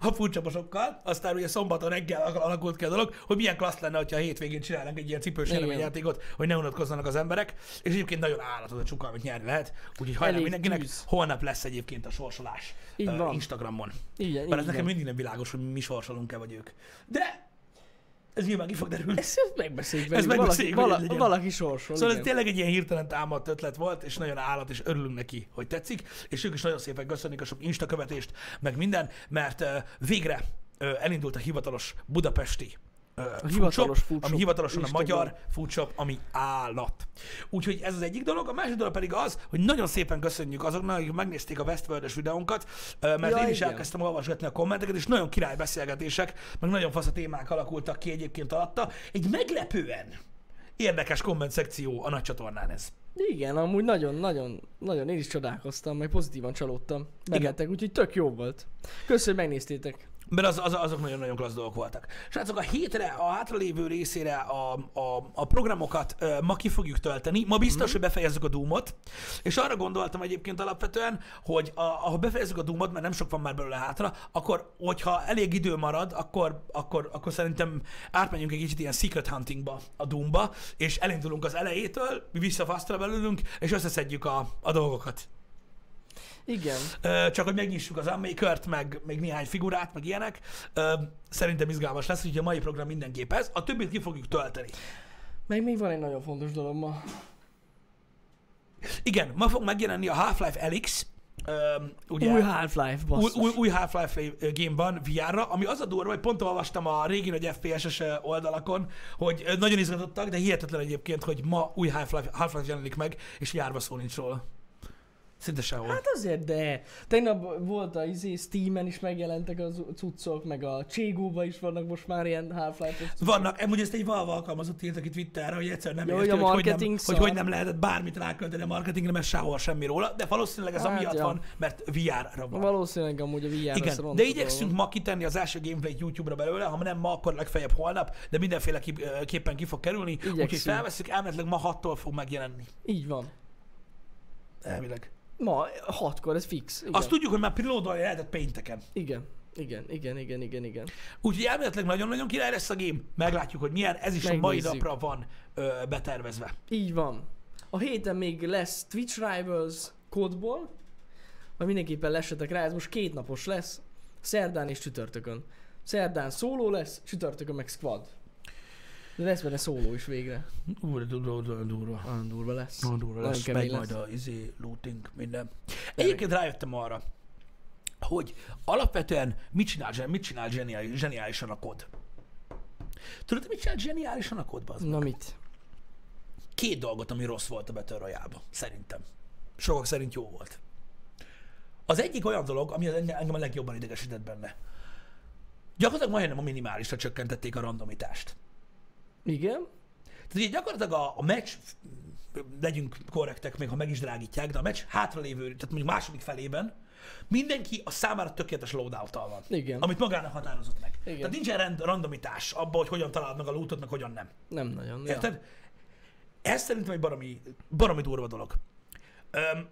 [SPEAKER 1] a furcsaposokkal, aztán ugye szombaton reggel al- alakult ki a dolog, hogy milyen klassz lenne, ha a hétvégén csinálnánk egy ilyen cipős
[SPEAKER 2] Igen.
[SPEAKER 1] játékot, hogy ne unatkozzanak az emberek, és egyébként nagyon állat az a csuka, amit nyerni lehet, úgyhogy hajrá
[SPEAKER 2] Elég
[SPEAKER 1] mindenkinek,
[SPEAKER 2] tűz.
[SPEAKER 1] holnap lesz egyébként a sorsolás
[SPEAKER 2] Így
[SPEAKER 1] ö,
[SPEAKER 2] van.
[SPEAKER 1] Instagramon.
[SPEAKER 2] Igen,
[SPEAKER 1] Mert ez
[SPEAKER 2] így
[SPEAKER 1] nekem
[SPEAKER 2] van.
[SPEAKER 1] mindig nem világos, hogy mi sorsolunk-e vagy ők. De ez nyilván ki fog derülni.
[SPEAKER 2] Ezt, ezt megbeszéljük velük.
[SPEAKER 1] megbeszéljük,
[SPEAKER 2] valaki,
[SPEAKER 1] hogy
[SPEAKER 2] vala,
[SPEAKER 1] legyen.
[SPEAKER 2] valaki sorsol.
[SPEAKER 1] Szóval
[SPEAKER 2] Szóval
[SPEAKER 1] ez tényleg egy ilyen hirtelen támadt ötlet volt, és nagyon állat, és örülünk neki, hogy tetszik, és ők is nagyon szépen köszönik a sok Insta követést, meg minden, mert ö, végre ö, elindult a hivatalos budapesti ö, food
[SPEAKER 2] hivatalos
[SPEAKER 1] shop,
[SPEAKER 2] food
[SPEAKER 1] ami
[SPEAKER 2] shop
[SPEAKER 1] hivatalosan a
[SPEAKER 2] Instagram.
[SPEAKER 1] magyar food shop, ami állat. Úgyhogy ez az egyik dolog, a másik dolog pedig az, hogy nagyon szépen köszönjük azoknak, akik megnézték a Westworld-es videónkat, ö, mert
[SPEAKER 2] Ja,
[SPEAKER 1] én is
[SPEAKER 2] igen.
[SPEAKER 1] elkezdtem olvasgatni a kommenteket, és nagyon király beszélgetések, meg nagyon fasz a témák alakultak ki egyébként alatta. Egy meglepően érdekes komment szekció a nagy csatornán ez.
[SPEAKER 2] Igen, amúgy nagyon, nagyon, nagyon én is csodálkoztam, meg pozitívan csalódtam bennetek, úgyhogy tök jó volt. Köszönöm, hogy megnéztétek.
[SPEAKER 1] Mert az, az, azok nagyon-nagyon klassz dolgok voltak. Srácok, a hétre, a hátralévő részére a, a, a programokat ö, ma ki fogjuk tölteni. Ma biztos, mm. hogy befejezzük a Doom-ot, és arra gondoltam egyébként alapvetően, hogy a, ha befejezzük a Doom-ot, mert nem sok van már belőle hátra, akkor, hogyha elég idő marad, akkor, akkor, akkor szerintem átmenjünk egy kicsit ilyen secret huntingba, a Doom-ba, és elindulunk az elejétől, visszafasztra belülünk, és összeszedjük a, a dolgokat.
[SPEAKER 2] Igen.
[SPEAKER 1] Ö, csak hogy megnyissuk az Unmaker-t, meg még néhány figurát, meg ilyenek. Ö, Szerintem izgalmas lesz, úgyhogy a mai program mindenképp ez. A többit ki fogjuk tölteni.
[SPEAKER 2] Meg még van egy nagyon fontos dolog ma.
[SPEAKER 1] Igen, ma fog megjelenni a Half-Life Elix, ö, ugye,
[SPEAKER 2] Új Half-Life,
[SPEAKER 1] új,
[SPEAKER 2] basszus.
[SPEAKER 1] új, új Half-Life game-ban VR-ra, ami az a durva, hogy pont olvastam a régi nagy FPS-es ö, oldalakon, hogy ö, nagyon izgatottak, de hihetetlen egyébként, hogy ma új Half-Life, Half-Life jelenik meg, és járva szó nincs róla. Szinte sehol.
[SPEAKER 2] Hát azért, de tegnap volt a izé, Steam-en is megjelentek az cuccok, meg a Cségóba is vannak most már ilyen Half-Life-os
[SPEAKER 1] Vannak, amúgy ezt egy Valve alkalmazott írt, aki Twitterre, hogy egyszer nem
[SPEAKER 2] Jó,
[SPEAKER 1] érti,
[SPEAKER 2] hogy
[SPEAKER 1] hogy,
[SPEAKER 2] a
[SPEAKER 1] hogy, nem,
[SPEAKER 2] marketing
[SPEAKER 1] hogy
[SPEAKER 2] szar.
[SPEAKER 1] hogy nem lehetett bármit rákölteni a marketingre, mert sehol semmi róla, de valószínűleg ez
[SPEAKER 2] Hát,
[SPEAKER 1] amiatt
[SPEAKER 2] ja.
[SPEAKER 1] van, mert VR-ra van.
[SPEAKER 2] Valószínűleg amúgy a VR az
[SPEAKER 1] Igen,
[SPEAKER 2] ronda
[SPEAKER 1] de igyekszünk
[SPEAKER 2] dolog.
[SPEAKER 1] ma kitenni az első gameplayt YouTube-ra belőle, ha nem ma, akkor legfeljebb holnap, de mindenféleképpen ki fog kerülni, úgyhogy
[SPEAKER 2] Igyekszünk.
[SPEAKER 1] felveszünk, elméletileg ma 6-tól fog megjelenni.
[SPEAKER 2] Így van.
[SPEAKER 1] Elvileg.
[SPEAKER 2] Ma hatkor, ez fix. Igen.
[SPEAKER 1] Azt tudjuk, hogy már pilódolni lehetett pénteken.
[SPEAKER 2] igen. Igen, igen, igen, igen, igen.
[SPEAKER 1] Úgyhogy elméletileg nagyon-nagyon király lesz a game. Meglátjuk, hogy milyen. Ez is a mai
[SPEAKER 2] Megnézzük.
[SPEAKER 1] napra van ö, betervezve.
[SPEAKER 2] Így van. A héten még lesz Twitch Rivals kódból, majd mindenképpen lesetek rá, ez most két napos lesz, szerdán és csütörtökön. Szerdán szóló lesz, csütörtökön meg squad. De lesz benne szóló is végre.
[SPEAKER 1] Úr, durva, durva, durva.
[SPEAKER 2] Nagyon durva lesz.
[SPEAKER 1] Nagyon durva
[SPEAKER 2] Nagyon
[SPEAKER 1] lesz, megy
[SPEAKER 2] kemény
[SPEAKER 1] majd
[SPEAKER 2] lesz.
[SPEAKER 1] a izé, looting, minden. Egyébként rájöttem arra, hogy alapvetően mit csinál, zsen- mit csinál zseniális, zseniálisan a kód? Tudod, mit csinál zseniálisan a kód, bazd?
[SPEAKER 2] Na mit?
[SPEAKER 1] Két dolgot, ami rossz volt a Battle royale szerintem. Sokak szerint jó volt. Az egyik olyan dolog, ami az- engem a legjobban idegesített benne. Gyakorlatilag majdnem a minimálisra csökkentették a randomitást.
[SPEAKER 2] Igen?
[SPEAKER 1] Tehát ugye gyakorlatilag a, a meccs, legyünk korrektek, még ha meg is drágítják, de a meccs hátralévő, tehát mondjuk második felében, mindenki a számára tökéletes loadout van.
[SPEAKER 2] Igen.
[SPEAKER 1] Amit magának határozott meg.
[SPEAKER 2] Igen.
[SPEAKER 1] Tehát nincsen rend, randomitás abban, hogy hogyan találod meg a lootot, meg hogyan nem.
[SPEAKER 2] Nem nagyon.
[SPEAKER 1] Érted? Ez szerintem egy baromi, baromi durva dolog. Öm,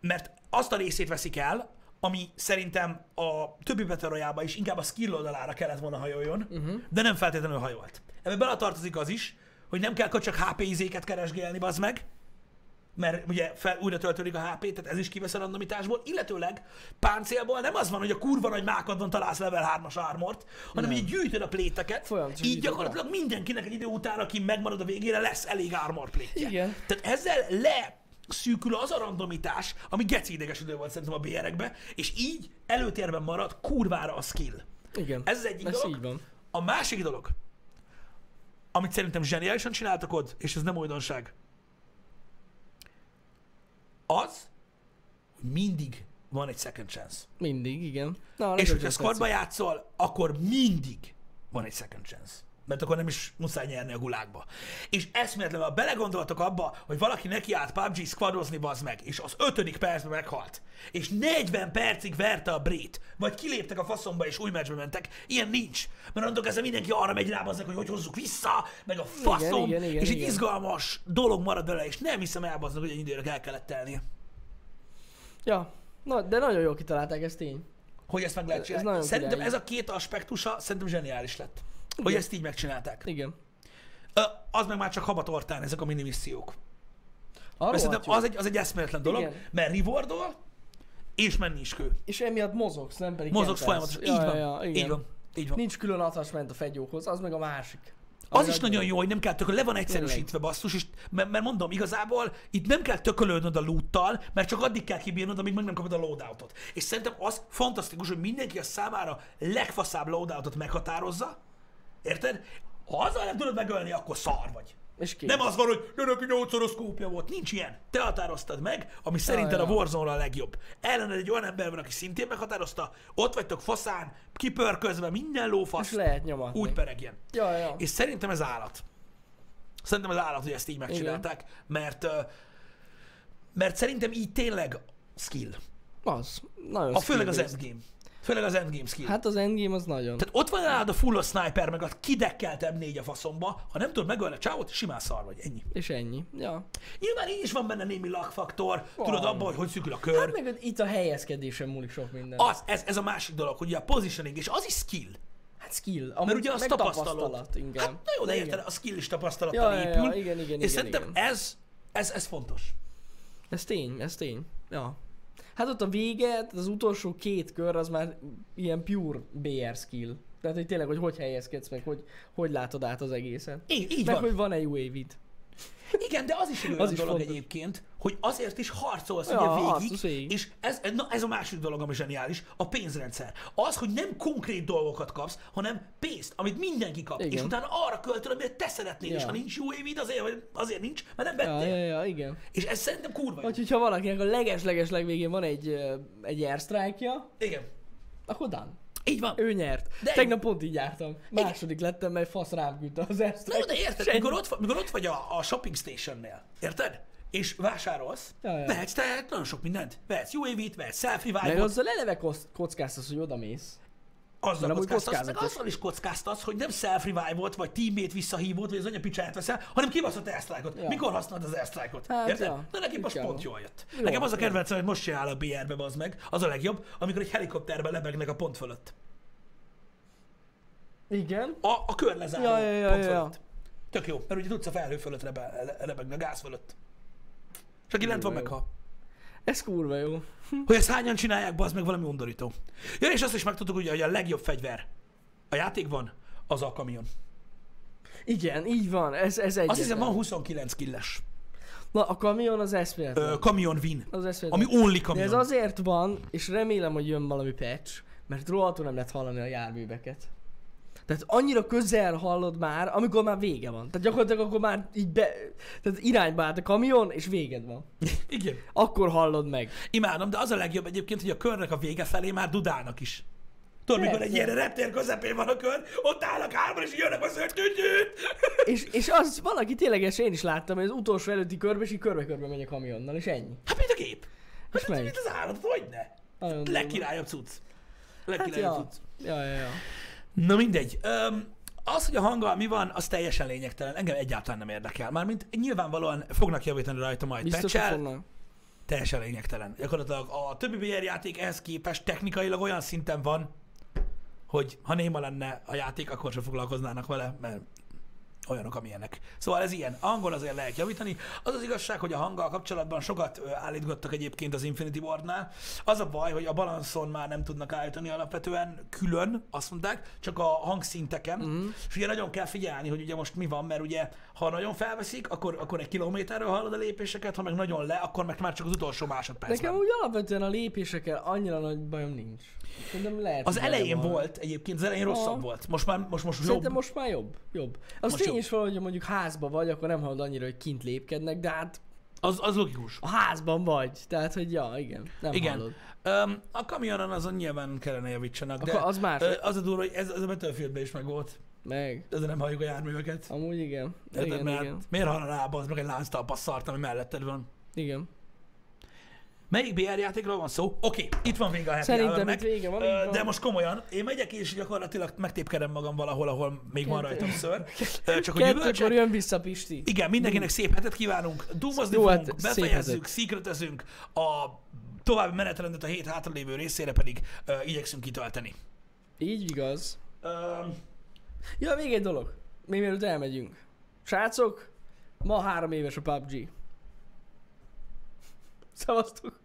[SPEAKER 1] mert azt a részét veszik el, ami szerintem a többi Battle royale is inkább a skill oldalára kellett volna hajoljon, uh-huh. de nem feltétlenül hajolt. Ebbe beletartozik az is, hogy nem kell csak HP izéket keresgélni, bazd meg, mert ugye fel, újra töltődik a HP, tehát ez is kivesz a randomitásból, illetőleg páncélból nem az van, hogy a kurva nagy mákadon találsz level 3-as armort, hanem hogy így gyűjtöd a pléteket,
[SPEAKER 2] Folyamatos
[SPEAKER 1] így
[SPEAKER 2] gyűjtöd,
[SPEAKER 1] gyakorlatilag gyakorlatilag mindenkinek egy idő után, aki megmarad a végére, lesz elég armor plate
[SPEAKER 2] Igen.
[SPEAKER 1] Tehát ezzel le szűkül az a randomitás, ami geci idegesítő volt szerintem a BR-ekbe, és így előtérben marad kurvára a skill.
[SPEAKER 2] Igen.
[SPEAKER 1] Ez az egyik
[SPEAKER 2] Ez
[SPEAKER 1] dolog.
[SPEAKER 2] így van.
[SPEAKER 1] A másik dolog, amit szerintem zseniálisan csináltak ott, és ez nem újdonság, az, hogy mindig van egy second chance.
[SPEAKER 2] Mindig, igen. Na,
[SPEAKER 1] És
[SPEAKER 2] nekem
[SPEAKER 1] hogyha
[SPEAKER 2] is
[SPEAKER 1] squadba játszol, akkor mindig van egy second chance. Mert akkor nem is muszáj nyerni a gulákba. És eszméletlenül, ha belegondoltok abba, hogy valaki nekiállt PUBG squadozni, bazd meg, és az ötödik percben meghalt, és 40 percig verte a brét, vagy kiléptek a faszomba és új meccsbe mentek, ilyen nincs. Mert annak ezzel mindenki arra megy rá, bazd meg, hogy hogy hozzuk vissza, meg a faszom,
[SPEAKER 2] igen, igen,
[SPEAKER 1] és egy
[SPEAKER 2] igen.
[SPEAKER 1] izgalmas dolog marad vele, és nem hiszem el, bazd meg, hogy egy időre el kellett telnie.
[SPEAKER 2] Ja. Na, de nagyon jól kitalálták, ez tény.
[SPEAKER 1] hogy ezt meg lehet
[SPEAKER 2] Ez
[SPEAKER 1] csinálni.
[SPEAKER 2] nagyon
[SPEAKER 1] szerintem
[SPEAKER 2] király.
[SPEAKER 1] ez a két aspektusa szerintem zseniális lett. Hogy ezt így megcsinálták.
[SPEAKER 2] Igen.
[SPEAKER 1] Ö, az meg már csak habatortán ezek a minimissziók.
[SPEAKER 2] Arról
[SPEAKER 1] Mert szerintem
[SPEAKER 2] hatjuk.
[SPEAKER 1] az egy, az egy eszméletlen dolog,
[SPEAKER 2] Igen.
[SPEAKER 1] mert rewardol, és menni is kő.
[SPEAKER 2] És emiatt mozogsz, nem pedig
[SPEAKER 1] Mozogsz
[SPEAKER 2] kentelsz.
[SPEAKER 1] folyamatosan.
[SPEAKER 2] Ja,
[SPEAKER 1] Így
[SPEAKER 2] ja, ja,
[SPEAKER 1] van.
[SPEAKER 2] igen.
[SPEAKER 1] Így van. Így van.
[SPEAKER 2] Nincs külön attachment a fegyókhoz, az meg a másik.
[SPEAKER 1] Az is nagyon jó, hogy nem kell tököl, le van egyszerűsítve
[SPEAKER 2] Tényleg.
[SPEAKER 1] basszus, és mert, mert mondom, igazából itt nem kell tökölődnöd a loottal, mert csak addig kell kibírnod, amíg meg nem kapod a loadoutot. És szerintem az fantasztikus, hogy mindenki a számára legfaszább loadoutot meghatározza, érted? Ha azzal nem tudod megölni, akkor szar vagy.
[SPEAKER 2] És ki?
[SPEAKER 1] Nem az van, hogy de neki nyolcszoros kópja volt. Nincs ilyen. Te határoztad meg, ami szerinted
[SPEAKER 2] ja.
[SPEAKER 1] a Warzone a legjobb. Ellened egy olyan ember van, aki szintén meghatározta, ott vagytok faszán, kipörközve minden lófasz,
[SPEAKER 2] És lehet nyomatni.
[SPEAKER 1] úgy peregjen.
[SPEAKER 2] Ja, ja.
[SPEAKER 1] És szerintem ez állat. Szerintem ez állat, hogy ezt így megcsinálták, mert ö, mert szerintem így tényleg skill.
[SPEAKER 2] Az. Nagyon
[SPEAKER 1] A
[SPEAKER 2] skill
[SPEAKER 1] főleg az
[SPEAKER 2] based.
[SPEAKER 1] endgame. Főleg az endgame skill.
[SPEAKER 2] Hát az endgame az nagyon.
[SPEAKER 1] Tehát ott van nálad a full a sniper, meg a kidekkeltem négy a faszomba, ha nem tudod megölni a csávot, simán szar vagy, ennyi.
[SPEAKER 2] És ennyi. Ja.
[SPEAKER 1] Nyilván így is van benne némi lakfaktor,
[SPEAKER 2] Van.
[SPEAKER 1] tudod abban, hogy hogy szűkül a
[SPEAKER 2] Hát
[SPEAKER 1] kör.
[SPEAKER 2] meg ott- itt a helyezkedésen múlik sok minden.
[SPEAKER 1] Az, ez, ez a másik dolog, hogy ugye a positioning, és az is skill.
[SPEAKER 2] Hát skill. Amúgy
[SPEAKER 1] Mert ugye az
[SPEAKER 2] meg
[SPEAKER 1] tapasztalat.
[SPEAKER 2] tapasztalat. Igen.
[SPEAKER 1] Hát na jó, de
[SPEAKER 2] Igen.
[SPEAKER 1] érted, a skill is tapasztalattal
[SPEAKER 2] Ja, ja, ja,
[SPEAKER 1] épül.
[SPEAKER 2] igen, igen,
[SPEAKER 1] és
[SPEAKER 2] igen,
[SPEAKER 1] szerintem
[SPEAKER 2] igen.
[SPEAKER 1] Ez, ez, ez fontos.
[SPEAKER 2] Ez tény, ez tény. Ja. Hát ott a vége, tehát az utolsó két kör az már ilyen pure BR skill. Tehát, hogy tényleg, hogy hogy helyezkedsz meg, hogy, hogy látod át az egészen.
[SPEAKER 1] Így, így
[SPEAKER 2] meg,
[SPEAKER 1] van. Hát
[SPEAKER 2] hogy van-e UAV-d.
[SPEAKER 1] Igen, de az is egy olyan
[SPEAKER 2] Az
[SPEAKER 1] az
[SPEAKER 2] is
[SPEAKER 1] dolog
[SPEAKER 2] fontos.
[SPEAKER 1] egyébként, hogy azért is harcolsz
[SPEAKER 2] Ja,
[SPEAKER 1] ugye végig,
[SPEAKER 2] harcolsz végig.
[SPEAKER 1] és ez, na, ez a másik dolog, ami zseniális, a pénzrendszer. Az, hogy nem konkrét dolgokat kapsz, hanem pénzt, amit mindenki kap, Igen. és
[SPEAKER 2] Igen.
[SPEAKER 1] utána arra költöd, amire te szeretnél, ja. és
[SPEAKER 2] Ja.
[SPEAKER 1] ha nincs jó évid, azért, vagy- azért nincs, mert nem
[SPEAKER 2] Ja,
[SPEAKER 1] vettél.
[SPEAKER 2] ja, ja, igen.
[SPEAKER 1] És ez szerintem kurva jó.
[SPEAKER 2] Úgyhogy, ha valakinek a leges-leges legvégén van egy, ö, egy airstrike-ja,
[SPEAKER 1] Igen.
[SPEAKER 2] akkor dan.
[SPEAKER 1] Így van.
[SPEAKER 2] Ő nyert.
[SPEAKER 1] De-
[SPEAKER 2] De Tegnap pont így jártam. Második lettem, mert fasz rám küldte az
[SPEAKER 1] Na, jó,
[SPEAKER 2] airstrike.
[SPEAKER 1] de érted,
[SPEAKER 2] Senki.
[SPEAKER 1] mikor ott, va- mikor ott vagy a, a shopping stationnél, érted? És vásárolsz,
[SPEAKER 2] Ja, ja.
[SPEAKER 1] vehetsz te nagyon sok mindent. Vehetsz UAV-t, vehetsz selfie
[SPEAKER 2] Meg
[SPEAKER 1] vibe
[SPEAKER 2] azzal eleve kosz- kockáztasz, hogy oda mész.
[SPEAKER 1] Azzal
[SPEAKER 2] Mert amúgy
[SPEAKER 1] kockáztasz, meg
[SPEAKER 2] kockázatos.
[SPEAKER 1] azzal is kockáztasz, hogy nem self revive-ot, vagy teammate visszahívót, vagy az anya picsáját veszel, hanem kibaszott airstrike-ot.
[SPEAKER 2] Ja.
[SPEAKER 1] Mikor használod az airstrike-ot?
[SPEAKER 2] Hát,
[SPEAKER 1] Érted?
[SPEAKER 2] ja.
[SPEAKER 1] Na neki
[SPEAKER 2] Így
[SPEAKER 1] most
[SPEAKER 2] kell.
[SPEAKER 1] pont jól jött.
[SPEAKER 2] Jó,
[SPEAKER 1] Nekem az a
[SPEAKER 2] jó.
[SPEAKER 1] kedvencem, hogy most csinál a BR-be, bazd meg. Az a legjobb, amikor egy helikopterben lebegnek a pont fölött.
[SPEAKER 2] Igen.
[SPEAKER 1] A, a kör lezáró
[SPEAKER 2] Ja, ja, ja,
[SPEAKER 1] pont
[SPEAKER 2] ja, ja.
[SPEAKER 1] fölött. Tök jó, mert ugye tudsz a felhő fölött rebe, lebegni, a gáz fölött. És aki lent van
[SPEAKER 2] Jó, jó.
[SPEAKER 1] meg, ha.
[SPEAKER 2] Ez kurva jó.
[SPEAKER 1] Hogy ezt hányan csinálják, bazd meg valami undorító. Ja, és azt is megtudtuk, ugye, hogy a legjobb fegyver a játékban az a kamion.
[SPEAKER 2] Igen, így van. Ez, ez egy.
[SPEAKER 1] Azt hiszem van 29 killes.
[SPEAKER 2] Na, a kamion az eszméletlen.
[SPEAKER 1] Ö, kamion win.
[SPEAKER 2] Az eszméletlen.
[SPEAKER 1] Ami only
[SPEAKER 2] De
[SPEAKER 1] kamion.
[SPEAKER 2] ez azért van, és remélem, hogy jön valami patch, mert rohadtul nem lehet hallani a járműveket. Tehát annyira közel hallod már, amikor már vége van. Tehát gyakorlatilag akkor már így be... Tehát irányba állt a kamion, és véged van.
[SPEAKER 1] Igen.
[SPEAKER 2] Akkor hallod meg.
[SPEAKER 1] Imádom, de az a legjobb egyébként, hogy a körnek a vége felé már dudálnak is. Tudod, mikor egy
[SPEAKER 2] Persze.
[SPEAKER 1] ilyen reptér közepén van a kör, ott állnak hárman, és jönnek a szörtyűtyűt.
[SPEAKER 2] És, és az valaki tényleges, én is láttam, hogy az utolsó előtti körbe, és így körbe-körbe megy a kamionnal, és ennyi.
[SPEAKER 1] Hát, mint a gép. Hát,
[SPEAKER 2] megy.
[SPEAKER 1] mint az állat, hogy ne?
[SPEAKER 2] Nagyon durva.
[SPEAKER 1] Legkirályabb cucc.
[SPEAKER 2] Hát
[SPEAKER 1] Legkirályabb
[SPEAKER 2] ja.
[SPEAKER 1] cucc.
[SPEAKER 2] ja, ja, ja.
[SPEAKER 1] Na mindegy. Öm, az, hogy a hanggal mi van, az teljesen lényegtelen. Engem egyáltalán nem érdekel. Mármint nyilvánvalóan fognak javítani rajta majd
[SPEAKER 2] Biztos, hogy
[SPEAKER 1] patch-el.
[SPEAKER 2] fognak.
[SPEAKER 1] teljesen lényegtelen. Gyakorlatilag a többi VR játék ehhez képest technikailag olyan szinten van, hogy ha néma lenne a játék, akkor sem foglalkoznának vele, mert olyanok, amilyenek. Szóval ez ilyen. A hangon azért lehet javítani. Az az igazság, hogy a hanggal kapcsolatban sokat ö, állítgattak egyébként az Infinity Wardnál. Az a baj, hogy a balanszon már nem tudnak állítani alapvetően külön, azt mondták, csak a hangszinteken.
[SPEAKER 2] Mhm.
[SPEAKER 1] Mm. És ugye nagyon kell figyelni, hogy ugye most mi van, mert ugye ha nagyon felveszik, akkor, akkor egy kilométerről hallod a lépéseket, ha meg nagyon le, akkor meg már csak az utolsó másodpercben.
[SPEAKER 2] Nekem úgy alapvetően a lépésekkel annyira nagy bajom nincs. Szerintem lehet.
[SPEAKER 1] Az
[SPEAKER 2] hogy benne
[SPEAKER 1] elején
[SPEAKER 2] van.
[SPEAKER 1] volt egyébként, az elején rosszabb
[SPEAKER 2] Aha.
[SPEAKER 1] volt. Most már most, most jobb.
[SPEAKER 2] Szerintem most már jobb. Jobb. Az
[SPEAKER 1] Most
[SPEAKER 2] most tény
[SPEAKER 1] jobb.
[SPEAKER 2] is van, hogy mondjuk házba vagy, akkor nem hallod annyira, hogy kint lépkednek, de hát
[SPEAKER 1] Az, az logikus.
[SPEAKER 2] a házban vagy. Tehát, hogy ja, igen. Nem hallod.
[SPEAKER 1] Igen. Öm, a kamionon azon nyilván kellene javítsanak, de
[SPEAKER 2] Akkor az más.
[SPEAKER 1] ö, az a durva, hogy ez, ez a Battlefieldben is meg volt.
[SPEAKER 2] Meg.
[SPEAKER 1] De nem halljuk a járműveket.
[SPEAKER 2] Amúgy igen.
[SPEAKER 1] Érted?
[SPEAKER 2] Igen,
[SPEAKER 1] mert
[SPEAKER 2] igen.
[SPEAKER 1] miért hallaná az meg egy lánctalpa szart, ami melletted van?
[SPEAKER 2] igen.
[SPEAKER 1] Hát Melyik BR játékról van szó? Oké, itt van vége a happy
[SPEAKER 2] Szerintem
[SPEAKER 1] hour-nek.
[SPEAKER 2] itt vége van,
[SPEAKER 1] Ö,
[SPEAKER 2] így van.
[SPEAKER 1] De most komolyan, én megyek és gyakorlatilag megtépkedem magam valahol, ahol még van
[SPEAKER 2] Kettő.
[SPEAKER 1] rajtam ször. Ö, Csak hogy
[SPEAKER 2] Kettőkor
[SPEAKER 1] gyümölcsök.
[SPEAKER 2] jön vissza Pisti.
[SPEAKER 1] Igen, mindenkinek szép hetet kívánunk. Dúmozni
[SPEAKER 2] Jó, hát
[SPEAKER 1] fogunk,
[SPEAKER 2] szép
[SPEAKER 1] befejezzük,
[SPEAKER 2] hetet.
[SPEAKER 1] szikretezünk, a további menetrendet a hét hátralévő részére pedig ö, igyekszünk kitölteni.
[SPEAKER 2] Így igaz.
[SPEAKER 1] Ö,
[SPEAKER 2] Ja, még egy dolog. Még mielőtt elmegyünk. Srácok, ma három éves a PUBG. Szevasztok.